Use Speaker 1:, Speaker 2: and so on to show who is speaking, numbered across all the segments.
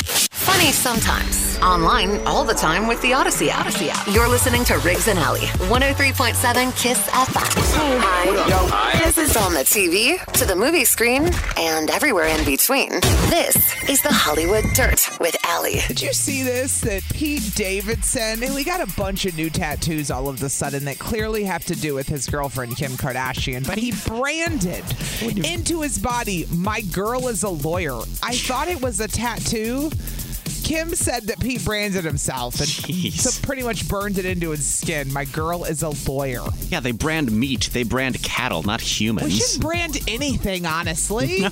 Speaker 1: Funny sometimes. Online all the time with the Odyssey app. Odyssey app. You're listening to Riggs and Alley, 103.7 Kiss FM. Hi. This is on the TV, to the movie screen, and everywhere in between. This is the Hollywood Dirt with Alley.
Speaker 2: Did you see this? That Pete Davidson, and we got a bunch of new tattoos all of the sudden that clearly have to do with his girlfriend, Kim Kardashian, but he branded into his body, My girl is a lawyer. I thought it was a tattoo. Kim said that Pete branded himself and so pretty much burned it into his skin. My girl is a lawyer.
Speaker 3: Yeah, they brand meat. They brand cattle, not humans.
Speaker 2: We shouldn't brand anything, honestly.
Speaker 3: No.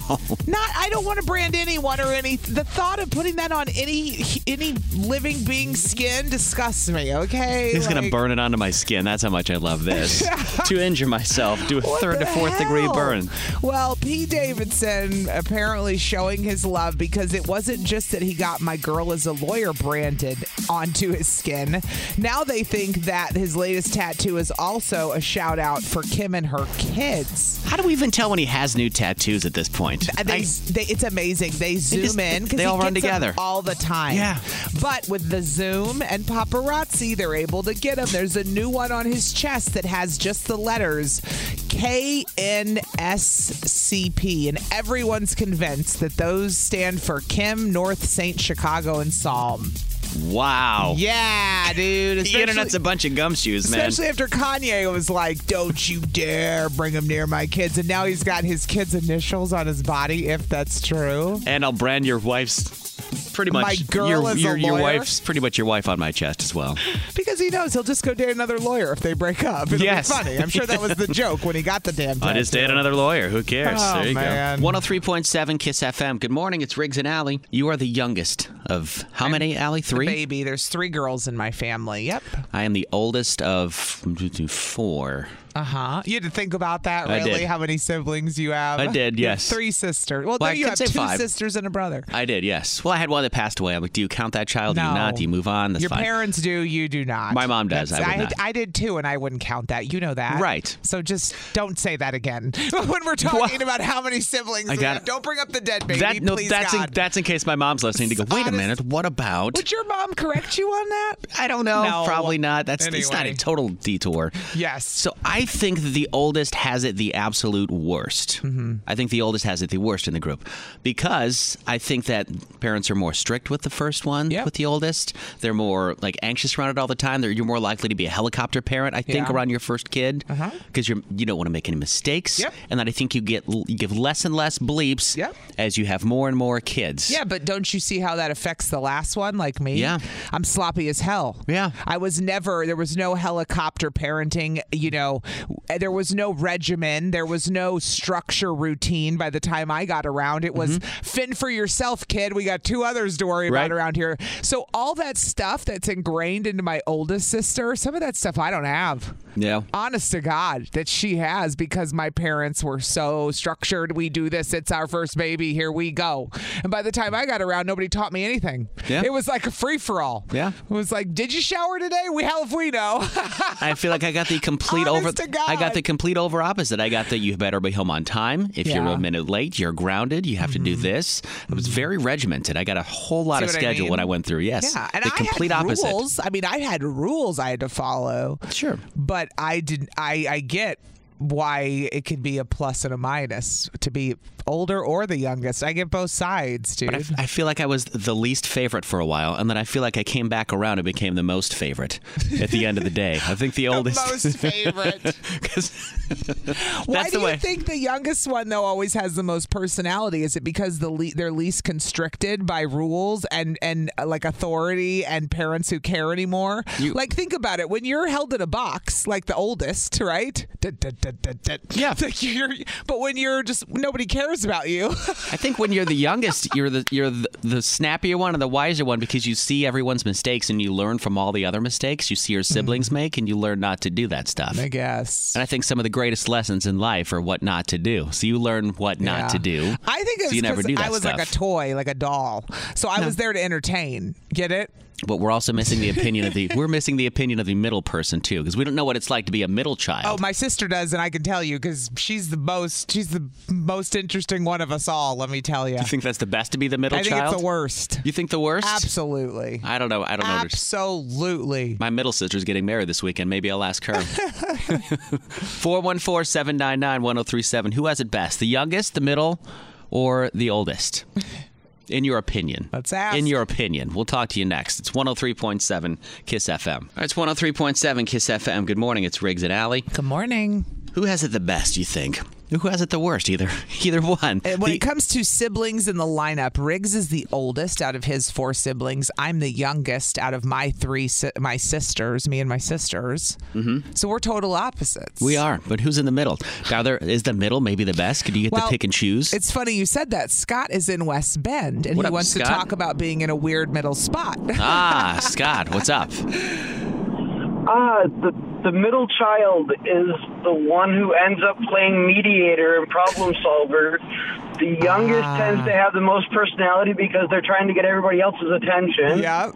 Speaker 2: Not. I don't want to brand anyone or any. The thought of putting that on any any living being's skin disgusts me. Okay.
Speaker 3: He's gonna
Speaker 2: Like,
Speaker 3: burn it onto my skin. That's how much I love this. to injure myself, do a third
Speaker 2: the
Speaker 3: to fourth degree
Speaker 2: hell?
Speaker 3: burn.
Speaker 2: Well, P. Davidson apparently showing his love because it wasn't just that he got my girl as a lawyer branded onto his skin. Now they think that his latest tattoo is also a shout out for Kim and her kids.
Speaker 3: How do we even tell when he has new tattoos at this point?
Speaker 2: And They,
Speaker 3: I-
Speaker 2: they, it's amazing. They zoom
Speaker 3: just-
Speaker 2: in because
Speaker 3: they all run together.
Speaker 2: all the time.
Speaker 3: Yeah.
Speaker 2: But with the zoom and paparazzi, they're able to get him. There's a new one on his chest that has just the letters K N S C P, and everyone's convinced that those stand for Kim North Saint Chicago and Psalm.
Speaker 3: wow.
Speaker 2: Yeah, dude.
Speaker 3: The internet's a bunch of gumshoes, man.
Speaker 2: Especially after Kanye was like, "Don't you dare bring him near my kids," and now he's got his kids' initials on his body. If that's true,
Speaker 3: And I'll brand your wife's pretty much
Speaker 2: My girl
Speaker 3: your,
Speaker 2: is a
Speaker 3: your, your
Speaker 2: lawyer?
Speaker 3: wife's pretty much your wife on my chest as well.
Speaker 2: because he knows he'll just go date another lawyer if they break up. It'll be
Speaker 3: Yes.
Speaker 2: funny. I'm sure that was the joke when he got the damn.
Speaker 3: I just
Speaker 2: tattoo.
Speaker 3: date another lawyer. Who cares?
Speaker 2: Oh,
Speaker 3: there you
Speaker 2: man.
Speaker 3: go. 103.7 Kiss FM. Good morning. It's Riggs and Alley. You are the youngest of how many, Alley? Three?
Speaker 2: Baby, there's three girls in my family. Yep.
Speaker 3: I am the oldest of four.
Speaker 2: Uh huh. You had to think about that,
Speaker 3: I
Speaker 2: really,
Speaker 3: did.
Speaker 2: how many siblings you have.
Speaker 3: I did,
Speaker 2: You have
Speaker 3: yes.
Speaker 2: Three sisters. Well,
Speaker 3: Well,
Speaker 2: no,
Speaker 3: I
Speaker 2: you
Speaker 3: could
Speaker 2: have
Speaker 3: say
Speaker 2: two
Speaker 3: five.
Speaker 2: sisters and a brother.
Speaker 3: I did, yes. Well, I had one that passed away. I'm like, do you count that child? Do you not? Do you move on? That's
Speaker 2: Your
Speaker 3: fine.
Speaker 2: parents do, you do not.
Speaker 3: My mom does, I would not.
Speaker 2: I did too, and I wouldn't count that. You know that.
Speaker 3: Right.
Speaker 2: So just don't say that again when we're talking about how many siblings.
Speaker 3: I
Speaker 2: we
Speaker 3: got-
Speaker 2: have. Don't bring up the dead baby,
Speaker 3: that, no,
Speaker 2: please
Speaker 3: that's in,
Speaker 2: God.
Speaker 3: that's in case my mom's listening to go. Wait a
Speaker 2: Honest-
Speaker 3: minute, what about?
Speaker 2: Would your mom correct you on that?
Speaker 3: I don't know.
Speaker 2: No.
Speaker 3: Probably not. That's it's not a
Speaker 2: Anyway.
Speaker 3: total detour.
Speaker 2: Yes.
Speaker 3: So I think that the oldest has it the absolute worst.
Speaker 2: Mm-hmm.
Speaker 3: I think the oldest has it the worst in the group because I think that parents are more strict with the first one,
Speaker 2: Yep.
Speaker 3: with the oldest. They're more like anxious around it all the time. They're, you're more likely to be a helicopter parent, I think,
Speaker 2: Yeah. Uh-huh.
Speaker 3: around your first kid because you're you don't want to make any mistakes.
Speaker 2: Yep.
Speaker 3: And that I think you get l- you give less and less bleeps
Speaker 2: Yep.
Speaker 3: as you have more and more kids.
Speaker 2: Yeah, but don't you see how that affects the last one, like me?
Speaker 3: Yeah.
Speaker 2: I'm sloppy as hell.
Speaker 3: Yeah.
Speaker 2: I was never, there was no helicopter parenting, you know, there was no regimen, there was no structure routine by the time I got around. It was fin for yourself, kid. We got two others to worry
Speaker 3: Mm-hmm. Right.
Speaker 2: about around here. So all that stuff that's ingrained into my oldest sister, some of that stuff I don't have
Speaker 3: Yeah.
Speaker 2: honest to God, that she has because my parents were so structured. We do this, it's our first baby, here we go. And by the time I got around, nobody taught me anything.
Speaker 3: Yeah.
Speaker 2: It was like a free for all.
Speaker 3: Yeah.
Speaker 2: It was like, did you shower today? We hell if we know.
Speaker 3: I feel like I got the complete
Speaker 2: Honest
Speaker 3: over.
Speaker 2: to
Speaker 3: I got
Speaker 2: God.
Speaker 3: the complete over opposite. I got that you better be home on time. If you're
Speaker 2: Yeah. Mm-hmm.
Speaker 3: a minute late, you're grounded. You have to do this. It was very regimented. I got a whole lot of
Speaker 2: See what I
Speaker 3: schedule when
Speaker 2: mean?
Speaker 3: I went through. Yes,
Speaker 2: yeah. And
Speaker 3: the
Speaker 2: I
Speaker 3: complete
Speaker 2: had
Speaker 3: opposite.
Speaker 2: rules. I mean, I had rules I had to follow.
Speaker 3: Sure.
Speaker 2: But I didn't I, I get why it could be a plus and a minus to be older or the youngest. I get both sides, dude.
Speaker 3: But I, f- I feel like I was the least favorite for a while, and then I feel like I came back around and became the most favorite at the end of the day. I think the, oldest.
Speaker 2: most favorite.
Speaker 3: 'Cause-
Speaker 2: Why
Speaker 3: that's
Speaker 2: do
Speaker 3: the way.
Speaker 2: you think the youngest one though always has the most personality? Is it because the le- they're least constricted by rules and and uh, like authority and parents who care anymore? like think about it. When you're held in a box, like the oldest, right? Yeah. but when you're just nobody cares about you.
Speaker 3: I think when you're the youngest, you're the you're the, the snappier one and the wiser one because you see everyone's mistakes and you learn from all the other mistakes you see
Speaker 2: Mm-hmm.
Speaker 3: your siblings make, and you learn not to do that stuff.
Speaker 2: I guess.
Speaker 3: And I think some of the greatest lessons in life are what not to do. So you learn what not
Speaker 2: Yeah.
Speaker 3: to do.
Speaker 2: I think it's
Speaker 3: so you never
Speaker 2: 'cause
Speaker 3: do that
Speaker 2: I was
Speaker 3: stuff.
Speaker 2: like a toy, like a doll. So I was there to entertain. Get it?
Speaker 3: But we're also missing the opinion of the we're missing the opinion of the middle person too because we don't know what it's like to be a middle
Speaker 2: Oh,
Speaker 3: child.
Speaker 2: my sister does, and I can tell you because she's the most she's the most interesting one of us all. Let me tell you.
Speaker 3: You think that's the best to be the middle
Speaker 2: I think
Speaker 3: child?
Speaker 2: it's the worst.
Speaker 3: You think the worst?
Speaker 2: Absolutely.
Speaker 3: I don't know. I don't know. There's-
Speaker 2: Absolutely.
Speaker 3: My middle sister's getting married this weekend. Maybe I'll ask her. 414 799 1037. Who has it best? The youngest, the middle, or the oldest? In your opinion.
Speaker 2: Let's ask.
Speaker 3: In your opinion. We'll talk to you next. It's 103.7 Kiss FM. All right, it's 103.7 Kiss FM. Good morning. It's Riggs and Alley.
Speaker 2: Good morning.
Speaker 3: Who has it the best, you think? Who has it the worst? Either either one.
Speaker 2: Uh, When
Speaker 3: The-
Speaker 2: it comes to siblings in the lineup, Riggs is the oldest out of his four siblings. I'm the youngest out of my three si- my sisters, me and my sisters. Mm-hmm. So we're total opposites.
Speaker 3: we are, but who's in the middle? Now there is the middle maybe the best. Could you get
Speaker 2: Well,
Speaker 3: to pick and choose?
Speaker 2: It's funny you said that. Scott is in West Bend, and
Speaker 3: What
Speaker 2: he
Speaker 3: up,
Speaker 2: wants to
Speaker 3: Scott?
Speaker 2: talk about being in a weird middle spot.
Speaker 3: ah, Scott, what's up?
Speaker 4: Ah, the the middle child is the one who ends up playing mediator and problem solver. The youngest
Speaker 2: Ah.
Speaker 4: tends to have the most personality because they're trying to get everybody else's attention.
Speaker 2: yeah.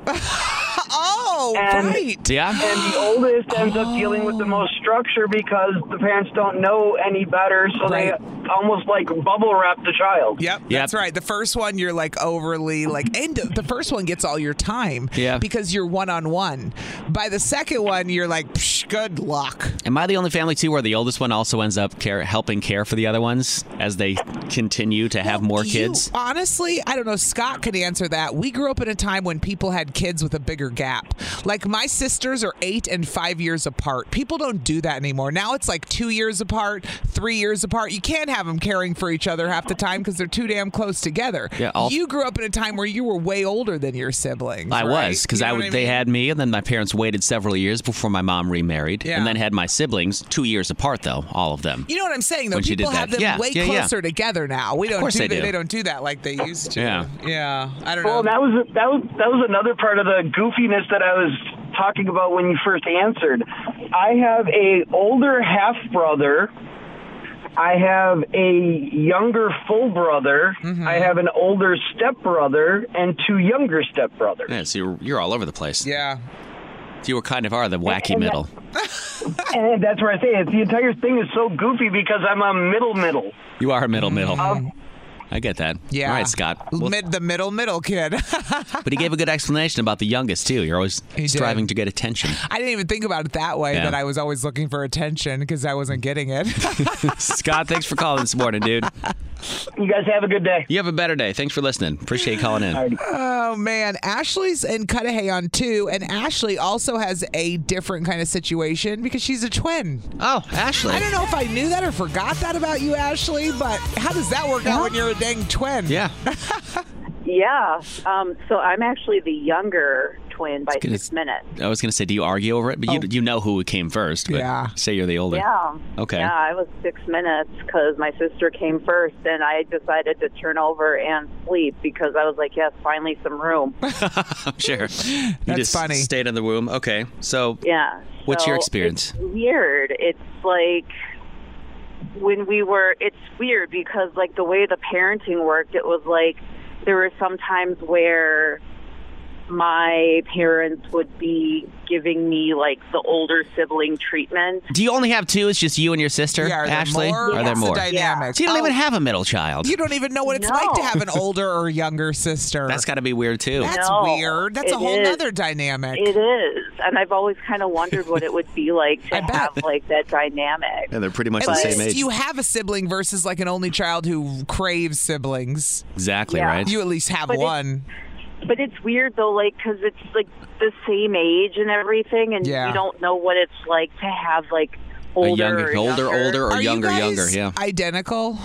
Speaker 2: oh,
Speaker 4: And-
Speaker 2: right.
Speaker 3: Yeah.
Speaker 4: And the oldest ends up dealing with the most structure because the parents don't know any better, so
Speaker 2: Right.
Speaker 4: they almost like bubble wrap the child.
Speaker 2: Yep,
Speaker 3: Yep.
Speaker 2: that's right. The first one, you're like overly like, and the first one gets all your time,
Speaker 3: Yeah.
Speaker 2: because you're one on one. By the second one, you're like, Psh, good luck.
Speaker 3: Am I the only family too where the oldest one also ends up care, helping care for the other ones as they continue to have more
Speaker 2: You-
Speaker 3: kids?
Speaker 2: honestly, I don't know. Scott could answer that. We grew up in a time when people had kids with a bigger gap. Like my sisters are eight and five years apart. People don't do that anymore. Now it's like two years apart, three years apart. You can't have them caring for each other half the time because they're too damn close together.
Speaker 3: Yeah, all-
Speaker 2: you grew up in a time where you were way older than your siblings.
Speaker 3: I
Speaker 2: right?
Speaker 3: was because
Speaker 2: You
Speaker 3: I
Speaker 2: know
Speaker 3: would
Speaker 2: what
Speaker 3: they
Speaker 2: mean?
Speaker 3: had me and then my parents waited several years before my mom remarried
Speaker 2: Yeah.
Speaker 3: and then had my siblings 2 years apart though, all of them.
Speaker 2: You know what I'm saying though.
Speaker 3: When she
Speaker 2: People
Speaker 3: did
Speaker 2: have
Speaker 3: that.
Speaker 2: them
Speaker 3: Yeah,
Speaker 2: way
Speaker 3: yeah, yeah.
Speaker 2: closer together now. We don't
Speaker 3: course
Speaker 2: do
Speaker 3: they
Speaker 2: that.
Speaker 3: do.
Speaker 2: They don't do that like they used to.
Speaker 3: Yeah.
Speaker 2: Yeah. I don't know.
Speaker 4: Well, that was that was that was another part of the goofiness that I was talking about when you first answered. I have a older half brother. I have a younger full brother.
Speaker 2: Mm-hmm.
Speaker 4: I have an older step brother and two younger step brothers.
Speaker 3: Yeah, so you're, you're all over the place.
Speaker 2: yeah.
Speaker 3: You were kind of are the wacky
Speaker 4: and that-
Speaker 3: middle.
Speaker 4: And that's where I say it. The entire thing is so goofy because I'm a middle middle.
Speaker 3: You are a middle middle. I get that.
Speaker 2: Um, Yeah.
Speaker 3: All right, Scott. Well,
Speaker 2: Mid the middle middle kid. I
Speaker 3: but he gave a good explanation about the youngest too. You're always
Speaker 2: He did.
Speaker 3: striving to get attention.
Speaker 2: didn't even think about it that way
Speaker 3: Yeah.
Speaker 2: that I was always looking for attention because I wasn't getting it.
Speaker 3: Scott, thanks for calling this morning, dude.
Speaker 4: You guys have a good day.
Speaker 3: You have a better day. Thanks for listening. Appreciate you calling in.
Speaker 2: oh man, Ashley's in Cudahy on two, and Ashley also has a different kind of situation because she's a twin.
Speaker 3: Oh, Ashley.
Speaker 2: I don't know if I knew that or forgot that about you, Ashley, but how does that work out when you're a dang twin?
Speaker 3: Yeah.
Speaker 5: Yeah. Um, so I'm actually the younger twin by
Speaker 3: gonna-
Speaker 5: six minutes.
Speaker 3: I was going to say, do you argue over it? But you, you know who came first. But
Speaker 2: Oh. Yeah.
Speaker 3: Say you're the older.
Speaker 5: Yeah.
Speaker 3: Okay.
Speaker 5: Yeah, I was six minutes because my sister came first, and I decided to turn over and sleep because I was like, yes, finally some room.
Speaker 3: Sure. You
Speaker 2: That's
Speaker 3: just
Speaker 2: funny.
Speaker 3: Stayed in the womb. Okay. So
Speaker 5: Yeah.
Speaker 3: What's your
Speaker 5: So
Speaker 3: experience?
Speaker 5: It's weird. It's like when we were. It's weird because like the way the parenting worked, it was like there were some times where my parents would be giving me like the older sibling treatment.
Speaker 3: Do you only have two? It's just you and your sister,
Speaker 2: Yeah, are there
Speaker 3: Ashley?
Speaker 2: more?
Speaker 3: Are there
Speaker 2: What's the
Speaker 3: more?
Speaker 2: dynamics?
Speaker 3: So you don't
Speaker 2: Oh.
Speaker 3: even have a middle child.
Speaker 2: You don't even know what it's like to have an older or younger sister.
Speaker 3: That's got to be weird too.
Speaker 2: That's
Speaker 5: No,
Speaker 2: weird. That's a
Speaker 5: it
Speaker 2: whole
Speaker 5: is.
Speaker 2: nother dynamic.
Speaker 5: It is, and I've always kind of wondered what it would be like to have like that dynamic.
Speaker 6: And they're pretty much
Speaker 2: At
Speaker 6: the
Speaker 2: least
Speaker 6: same age.
Speaker 2: you have a sibling versus like an only child who craves siblings.
Speaker 3: Exactly
Speaker 5: Yeah.
Speaker 3: right.
Speaker 2: You at least have
Speaker 5: But it-
Speaker 2: one.
Speaker 5: But it's weird though, like because it's like the same age and everything, and
Speaker 2: Yeah.
Speaker 5: you don't know what it's like to have like
Speaker 3: A
Speaker 5: older,
Speaker 3: younger, older,
Speaker 5: or younger.
Speaker 3: older, or
Speaker 2: Are you
Speaker 3: younger,
Speaker 2: guys
Speaker 3: younger. Yeah.
Speaker 2: Identical.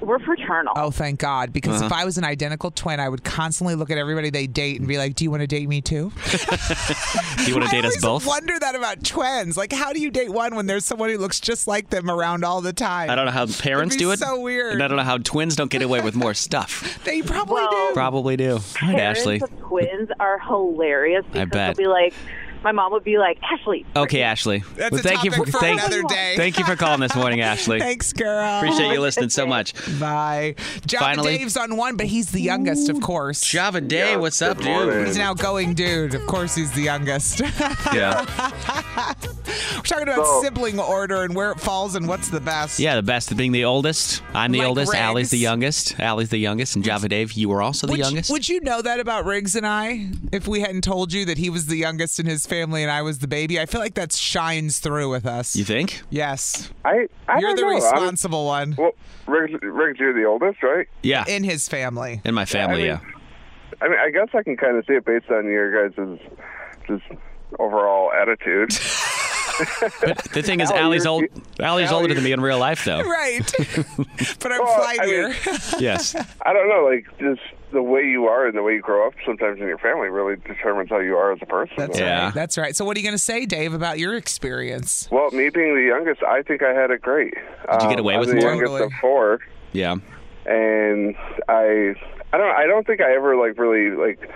Speaker 5: We're fraternal.
Speaker 2: Oh, thank God. Because
Speaker 3: Uh-huh.
Speaker 2: if I was an identical twin, I would constantly look at everybody they date and be like, Do you want to date me too?
Speaker 3: Do you want to date
Speaker 2: I
Speaker 3: us
Speaker 2: always
Speaker 3: both?
Speaker 2: wonder that about twins. Like, how do you date one when there's someone who looks just like them around all the time?
Speaker 3: I don't know how parents
Speaker 2: be
Speaker 3: do it.
Speaker 2: so weird.
Speaker 3: And I don't know how twins don't get away with more stuff.
Speaker 2: They probably
Speaker 5: Well-
Speaker 2: do.
Speaker 3: Probably do. Right,
Speaker 5: parents
Speaker 3: Ashley.
Speaker 5: of twins are hilarious because
Speaker 3: bet.
Speaker 5: they'll be like, my mom would be like, Ashley.
Speaker 3: Okay, Ashley.
Speaker 2: That's
Speaker 3: Well,
Speaker 2: a
Speaker 3: thank you
Speaker 2: topic
Speaker 3: for,
Speaker 2: for
Speaker 3: thank,
Speaker 2: another day.
Speaker 3: Thank you for calling this morning, Ashley.
Speaker 2: Thanks, girl.
Speaker 3: Appreciate you listening so much.
Speaker 2: Bye. John
Speaker 3: Finally-
Speaker 2: Dave's on one, but he's the youngest, of course.
Speaker 3: Java Day, what's up, dude?
Speaker 2: He's an outgoing dude. Of course, he's the youngest.
Speaker 6: yeah.
Speaker 2: We're talking about sibling order and where it falls and what's the best.
Speaker 3: Yeah, the best being the oldest. I'm the
Speaker 2: Like
Speaker 3: oldest.
Speaker 2: Riggs.
Speaker 3: Allie's the youngest. Allie's the youngest. And Java Dave, you were also the
Speaker 2: Would you-
Speaker 3: youngest.
Speaker 2: would you know that about Riggs and I? If we hadn't told you that he was the youngest in his family and I was the baby, I feel like that shines through with us.
Speaker 3: you think?
Speaker 2: yes,
Speaker 7: I, I
Speaker 2: you're
Speaker 7: don't
Speaker 2: the
Speaker 7: know.
Speaker 2: responsible one
Speaker 7: I was, well, Riggs, Riggs, you're the oldest, right?
Speaker 3: Yeah.
Speaker 2: in his family.
Speaker 3: In my family, yeah.
Speaker 7: mean- I mean, I guess I can kind of see it based on your guys' just overall attitude.
Speaker 3: The thing is,
Speaker 7: Allie,
Speaker 3: Allie's
Speaker 7: you're-
Speaker 3: old. Allie's
Speaker 7: Allie,
Speaker 3: older
Speaker 7: you're-
Speaker 3: than me in real life, though.
Speaker 2: Right, but I'm
Speaker 7: Well, I
Speaker 2: flightier.
Speaker 3: Yes.
Speaker 7: I don't know, like just the way you are and the way you grow up sometimes in your family really determines how you are as a person.
Speaker 2: That's
Speaker 3: Yeah.
Speaker 2: right. That's right. So, what are you going to say, Dave, about your experience?
Speaker 7: Well, me being the youngest, I think I had it great. Um, Did
Speaker 3: you get away
Speaker 7: I'm
Speaker 3: with
Speaker 7: the
Speaker 3: more?
Speaker 7: youngest
Speaker 2: Totally.
Speaker 7: of four,
Speaker 3: Yeah.
Speaker 7: and I, I don't, I don't think I ever like really like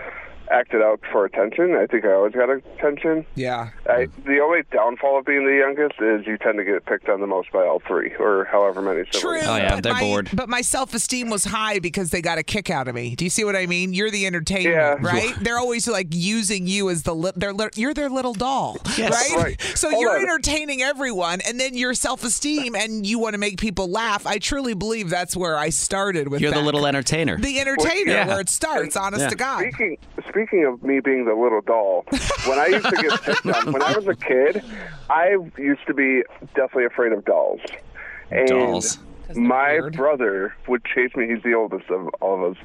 Speaker 7: acted out for attention. I think I always got attention.
Speaker 2: Yeah.
Speaker 7: I, the only downfall of being the youngest is you tend to get picked on the most by all three, or however many
Speaker 2: True.
Speaker 7: siblings.
Speaker 3: Oh, yeah,
Speaker 2: but
Speaker 3: they're
Speaker 2: my,
Speaker 3: bored.
Speaker 2: But my self esteem was high because they got a kick out of me. Do you see what I mean? You're the entertainment,
Speaker 7: Yeah.
Speaker 2: right? They're always like using you as the li- they're li- you're their little doll, right?
Speaker 7: Right.
Speaker 2: So
Speaker 7: Hold
Speaker 2: you're
Speaker 7: on.
Speaker 2: entertaining everyone, and then your self esteem, and you want to make people laugh. I truly believe that's where I started with.
Speaker 3: You're the
Speaker 2: that.
Speaker 3: little entertainer.
Speaker 2: the entertainer,
Speaker 3: Yeah.
Speaker 2: where it starts. Honest
Speaker 3: Yeah.
Speaker 2: to God.
Speaker 7: Speaking speaking of me being the little doll, when I used to get picked on when I was a kid, I used to be definitely afraid of dolls. And
Speaker 3: Dolls.
Speaker 7: My
Speaker 2: weird.
Speaker 7: brother would chase me. He's the oldest of all of us.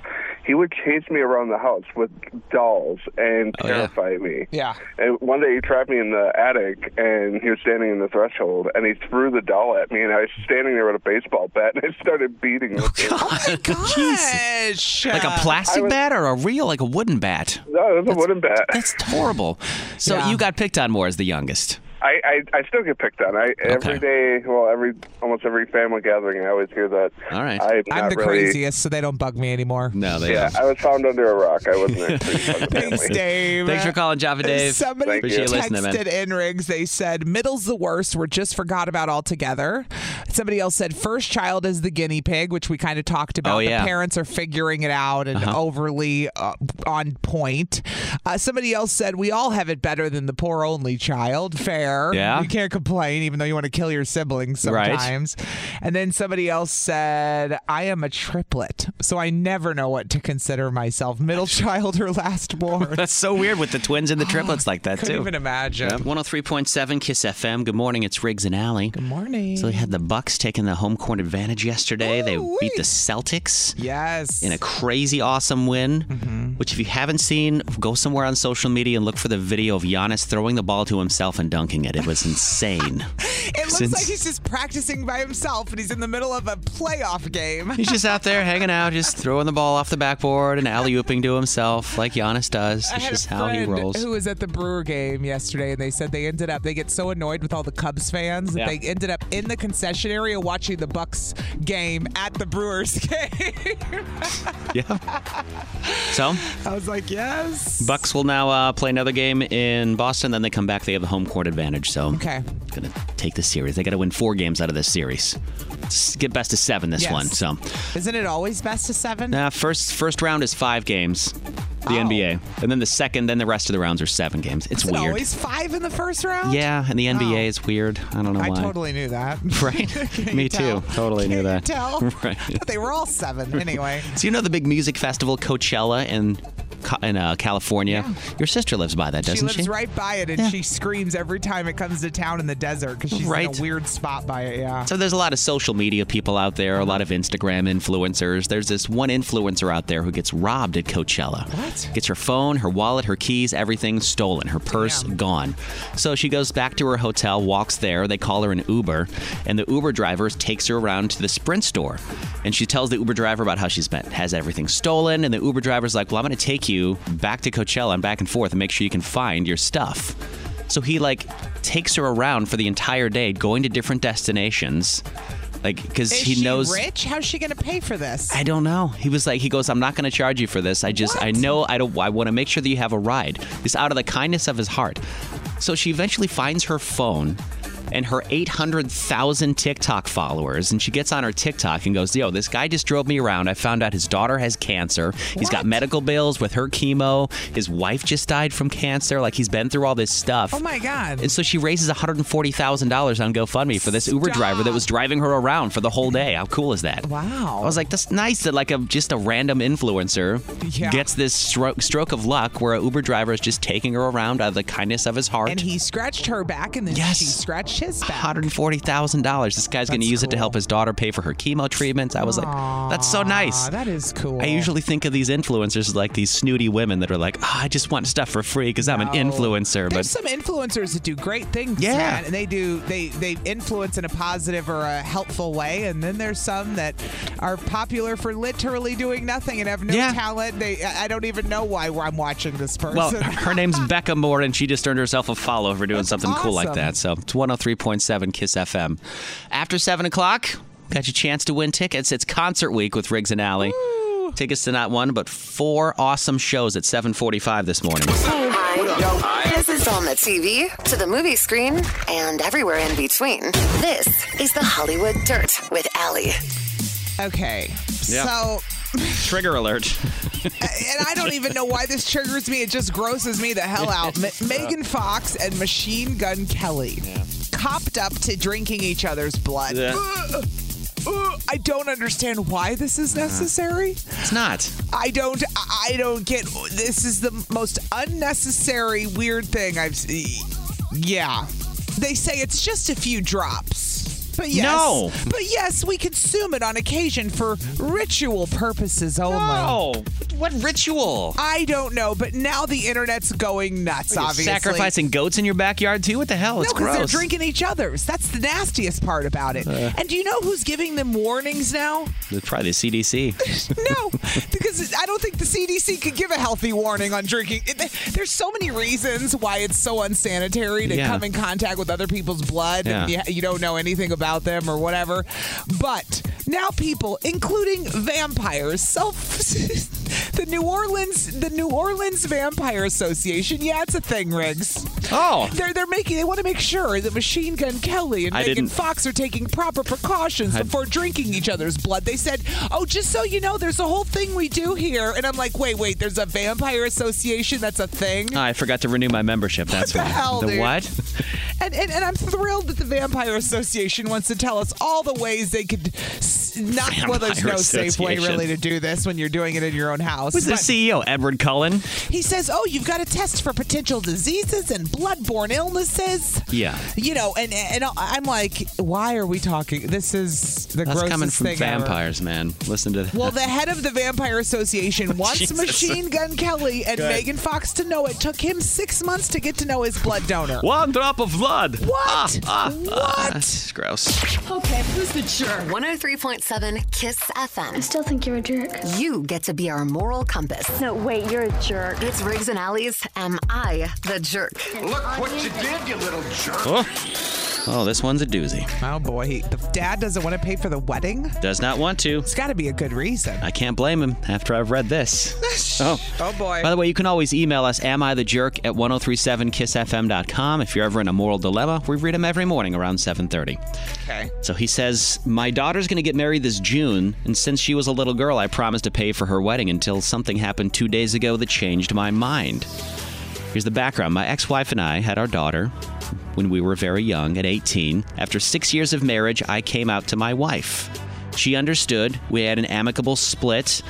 Speaker 7: He would chase me around the house with dolls and
Speaker 3: Oh, yeah.
Speaker 7: terrify me.
Speaker 2: Yeah.
Speaker 7: And one day he trapped me in the attic, and he was standing in the threshold, and he threw the doll at me, and I was standing there with a baseball bat, and I started
Speaker 3: Oh,
Speaker 7: beating him.
Speaker 2: Oh Gosh. Uh,
Speaker 3: Like a plastic bat or a real, like a wooden bat?
Speaker 7: No, Oh, it was a wooden bat.
Speaker 3: That's horrible. So
Speaker 2: Yeah.
Speaker 3: you got picked on more as the youngest.
Speaker 7: I, I, I still get picked on. I every day, well, every almost every family gathering, I always hear that.
Speaker 3: All right.
Speaker 7: I'm,
Speaker 2: I'm
Speaker 7: not
Speaker 2: the
Speaker 7: really,
Speaker 2: craziest, so they don't bug me anymore.
Speaker 3: No, they.
Speaker 7: Yeah, I was found under a rock. I wasn't actually part of the
Speaker 2: Thanks,
Speaker 7: family.
Speaker 2: Dave.
Speaker 3: Thanks for calling, Java Dave.
Speaker 2: Somebody
Speaker 7: Thank you.
Speaker 3: Appreciate you listening, man.
Speaker 2: texted in rigs. They said middle's the worst. We're just forgot about altogether. Somebody else said first child is the guinea pig, which we kind of talked about.
Speaker 3: Oh, yeah. Uh-huh.
Speaker 2: The parents are figuring it out and overly uh, on point. Uh, somebody else said we all have it better than the poor only child. Fair.
Speaker 3: Yeah.
Speaker 2: You can't complain, even though you want to kill your siblings
Speaker 3: Right.
Speaker 2: sometimes. And then somebody else said I am a triplet, so I never know what to consider myself: middle child or last born.
Speaker 3: That's so weird with the twins and the triplets like that
Speaker 2: Couldn't
Speaker 3: too.
Speaker 2: even imagine.
Speaker 3: Yep. 103.7 Kiss FM. Good morning. It's Riggs and Alley.
Speaker 2: Good morning.
Speaker 3: So they had the Bucks taking the home court advantage yesterday. they
Speaker 2: Ooh-wee.
Speaker 3: beat the Celtics
Speaker 2: yes.
Speaker 3: in a crazy awesome win.
Speaker 2: Mm-hmm.
Speaker 3: Which, if you haven't seen, go somewhere on social media and look for the video of Giannis throwing the ball to himself and dunking it. It was insane.
Speaker 2: it looks
Speaker 3: since-
Speaker 2: like he's just practicing by himself, and he's in the middle of a playoff game.
Speaker 3: He's just out there hanging out, just throwing the ball off the backboard and alley ooping to himself like Giannis does.
Speaker 2: I
Speaker 3: It's
Speaker 2: had a
Speaker 3: just how he
Speaker 2: friend
Speaker 3: rolls.
Speaker 2: who was at the Brewer game yesterday, and they said they ended up they get so annoyed with all the Cubs fans that
Speaker 3: Yeah.
Speaker 2: they ended up in the concession area watching the Bucks game at the Brewers game.
Speaker 3: So,
Speaker 2: I was like, yes.
Speaker 3: Bucks will now uh, play another game in Boston. Then they come back. They have the home court advantage. So,
Speaker 2: Okay.
Speaker 3: going to take the series. They got to win four games out of this series. S- Get best of seven this
Speaker 2: Yes.
Speaker 3: one. So,
Speaker 2: Isn't it always best of seven?
Speaker 3: nah, first first round is five games. the NBA. And then the second, then the rest of the rounds are seven games. It's
Speaker 2: Oh. Is it
Speaker 3: weird.
Speaker 2: always five in the first round?
Speaker 3: yeah, and the NBA is weird. I don't know
Speaker 2: I
Speaker 3: why.
Speaker 2: totally knew that.
Speaker 3: Right?
Speaker 2: Can't
Speaker 3: Me
Speaker 2: you tell?
Speaker 3: too. Totally knew that.
Speaker 2: tell?
Speaker 3: Right.
Speaker 2: But they were all seven anyway.
Speaker 3: So you know the big music festival Coachella in Ca- in uh, California. Your sister lives by that, doesn't she?
Speaker 2: she lives right by it, and she screams every time it comes to town in the desert because she's in
Speaker 3: Right.
Speaker 2: a weird spot by it. Yeah.
Speaker 3: So there's a lot of social media people out there, a lot of Instagram influencers. There's this one influencer out there who gets robbed at Coachella. What? Gets her phone, her wallet, her keys, everything stolen, her purse gone. So she goes back to her hotel, walks there. They call her an Uber, and the Uber driver takes her around to the Sprint store, and she tells the Uber driver about how she's been has everything stolen, and the Uber driver's like, "Well, I'm going to take you back to Coachella and back and forth and make sure you can find your stuff." So he like takes her around for the entire day, going to different destinations, like because
Speaker 2: Is
Speaker 3: he
Speaker 2: she
Speaker 3: knows.
Speaker 2: rich? How's she going to pay for this?
Speaker 3: I don't know. He was like, he goes, I'm not going to charge you for this. I just, I know, I don't. I want to make sure that you have a ride. Just out of the kindness of his heart. So she eventually finds her phone and her 800,000 TikTok followers, and she gets on her TikTok and goes, "Yo, this guy just drove me around. I found out his daughter has cancer. He's got medical bills with her chemo. His wife just died from cancer. Like he's been through all this stuff."
Speaker 2: Oh my God.
Speaker 3: And so she raises $140,000 on GoFundMe for this Uber driver that was driving her around for the whole day. How cool is that?
Speaker 2: Wow.
Speaker 3: I was like, that's nice that like a just a random influencer
Speaker 2: Yeah.
Speaker 3: gets this stroke, stroke of luck where a Uber driver is just taking her around out of the kindness of his heart.
Speaker 2: and he scratched her back, and then
Speaker 3: Yes.
Speaker 2: she scratched his back.
Speaker 3: $140,000. This guy's going to
Speaker 2: That's
Speaker 3: use it to
Speaker 2: cool.
Speaker 3: help his daughter pay for her chemo treatments. I was like, that's so nice.
Speaker 2: Aw, that is cool.
Speaker 3: I usually think of these influencers as like these snooty women that are like, oh, I just want stuff for free because I'm an influencer.
Speaker 2: There's
Speaker 3: But
Speaker 2: some influencers that do great things,
Speaker 3: Yeah.
Speaker 2: man, and they do they they influence in a positive or a helpful way, and then there's some that are popular for literally doing nothing and have no
Speaker 3: Yeah.
Speaker 2: talent. They I I don't even know why I'm watching this person.
Speaker 3: Well, her name's Becca Moore, and she just earned herself a follow for doing something cool like
Speaker 2: awesome.
Speaker 3: that. So it's 103.7 Kiss FM. After 7 o'clock, got your chance to win tickets. It's concert week with Riggs and Alley. Tickets to not one, but four awesome shows at 745 this morning.
Speaker 1: This is on the TV, to the movie screen, and everywhere in between. This is the Hollywood Dirt with Allie.
Speaker 2: okay,
Speaker 3: Yeah.
Speaker 2: so
Speaker 3: Trigger alert.
Speaker 2: and I don't even know why this triggers me. It just grosses me the hell out. Ma- Megan Fox and Machine Gun Kelly copped up to drinking each other's blood.
Speaker 3: Yeah.
Speaker 2: Ugh. Ugh. I don't understand why this is necessary.
Speaker 3: Uh-huh. It's not.
Speaker 2: I don't. I I don't get. This is the most unnecessary weird thing I've. seen. Yeah, they say it's just a few drops. But yes,
Speaker 3: No.
Speaker 2: but yes, we consume it on occasion for ritual purposes only.
Speaker 3: Oh, what ritual?
Speaker 2: I don't know, but now the internet's going nuts. obviously,
Speaker 3: Sacrificing goats in your backyard, too? What the hell?
Speaker 2: No,
Speaker 3: It's
Speaker 2: because
Speaker 3: gross. Uh.
Speaker 2: they're drinking each other's. That's the nastiest part about it. and do you know who's giving them warnings now?
Speaker 3: It's probably the CDC.
Speaker 2: No, because I don't think the CDC could give a healthy warning on drinking. It- There's so many reasons why it's so unsanitary to
Speaker 3: Yeah.
Speaker 2: come in contact with other people's blood and you,
Speaker 3: Yeah.
Speaker 2: you don't know anything about them or whatever. But now people, including vampires, self. The New Orleans, the New Orleans Vampire Association. Yeah, it's a thing, Riggs.
Speaker 3: Oh.
Speaker 2: They're they're making they want to make sure that Machine Gun Kelly and
Speaker 3: I
Speaker 2: Megan
Speaker 3: didn't-
Speaker 2: Fox are taking proper precautions before drinking each other's blood. They said, "Oh, just so you know, there's a whole thing we do here." And I'm like, "Wait, wait, there's a vampire association that's a thing."
Speaker 3: Oh, I forgot to renew my membership. That's
Speaker 2: the
Speaker 3: why.
Speaker 2: hell,
Speaker 3: the
Speaker 2: dude?
Speaker 3: what?
Speaker 2: And, and and I'm thrilled that the Vampire Association wants to tell us all the ways they could s- not well. There's
Speaker 3: Vampire
Speaker 2: no safe way
Speaker 3: Association.
Speaker 2: really to do this when you're doing it in your own house.
Speaker 3: Who's the
Speaker 2: but-
Speaker 3: CEO? Edward Cullen?
Speaker 2: He says, "Oh, you've got to test for potential diseases and bloodborne illnesses."
Speaker 3: Yeah.
Speaker 2: you know, and and I'm like, why are we talking? This is the
Speaker 3: That's
Speaker 2: grossest
Speaker 3: coming from
Speaker 2: thing ever.
Speaker 3: vampires, man. Listen to that.
Speaker 2: Well, the head of the Vampire Association wants
Speaker 3: Jesus.
Speaker 2: Machine Gun Kelly and Megan Fox to know it. Took him six months to get to know his blood donor.
Speaker 3: one drop of blood. Ah,
Speaker 2: What? What?
Speaker 3: It's gross.
Speaker 1: 103.7 Kiss FM.
Speaker 6: Still think you're a jerk.
Speaker 1: You get to be our moral compass.
Speaker 6: No, wait, you're a jerk.
Speaker 1: It's Riggs and Allies. Am I the jerk?
Speaker 8: Look what you did, you little jerk.
Speaker 3: Oh, this one's a doozy.
Speaker 2: Oh boy, he, the dad doesn't want to pay for the wedding.
Speaker 3: Does not want to. It's
Speaker 2: got to be a good reason.
Speaker 3: I can't blame him after I've read this. oh.
Speaker 2: Oh boy.
Speaker 3: By the way, you can always email us, am I the jerk at 1037kissfm.com. If you're ever in a moral dilemma, we read them every morning around 730.
Speaker 2: Okay.
Speaker 3: So he says, My daughter's going to get married this June, and since she was a little girl, I promised to pay for her wedding until something happened two days ago that changed my mind. Here's the background My ex wife and I had our daughter when we were very young, at 18. After six years of marriage, I came out to my wife. She understood. We had an amicable split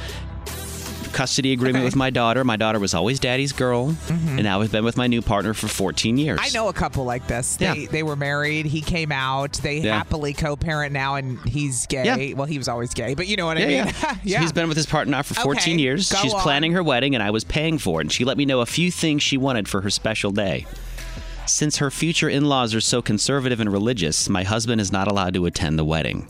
Speaker 3: custody agreement with my daughter. My daughter was always daddy's girl, and now I've been with my new partner for 14 years.
Speaker 2: Mm-hmm. I know a couple like this. They
Speaker 3: Yeah.
Speaker 2: they were married. He came out. They
Speaker 3: Yeah.
Speaker 2: happily co-parent now, and he's gay. Well, he was always gay, but you know what I
Speaker 3: Yeah,
Speaker 2: mean.
Speaker 3: yeah. So he's been with his partner now for 14
Speaker 2: Okay,
Speaker 3: years.
Speaker 2: go
Speaker 3: She's
Speaker 2: on.
Speaker 3: planning her wedding, and I was paying for it. And she let me know a few things she wanted for her special day. Since her future in laws are so conservative and religious, my husband is not allowed to attend the wedding.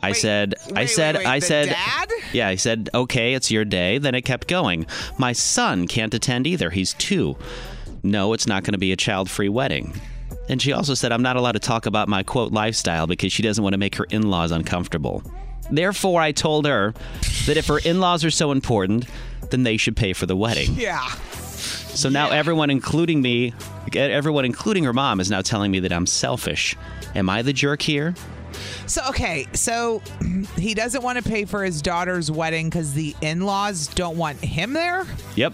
Speaker 3: I said, I said,
Speaker 2: wait,
Speaker 3: I
Speaker 2: the
Speaker 3: said,
Speaker 2: dad?
Speaker 3: yeah, I said, okay, it's your day. Then it kept going. My son can't attend either. He's two. No, it's not going to be a child free wedding. And she also said, I'm not allowed to talk about my quote lifestyle because she doesn't want to make her in laws uncomfortable. Therefore, I told her that if her in laws are so important, then they should pay for the wedding.
Speaker 2: yeah.
Speaker 3: So now everyone, including me, everyone, including her mom, is now telling me that I'm selfish. Am I the jerk here?
Speaker 2: So okay, so he doesn't want to pay for his daughter's wedding because the in-laws don't want him there.
Speaker 3: Yep.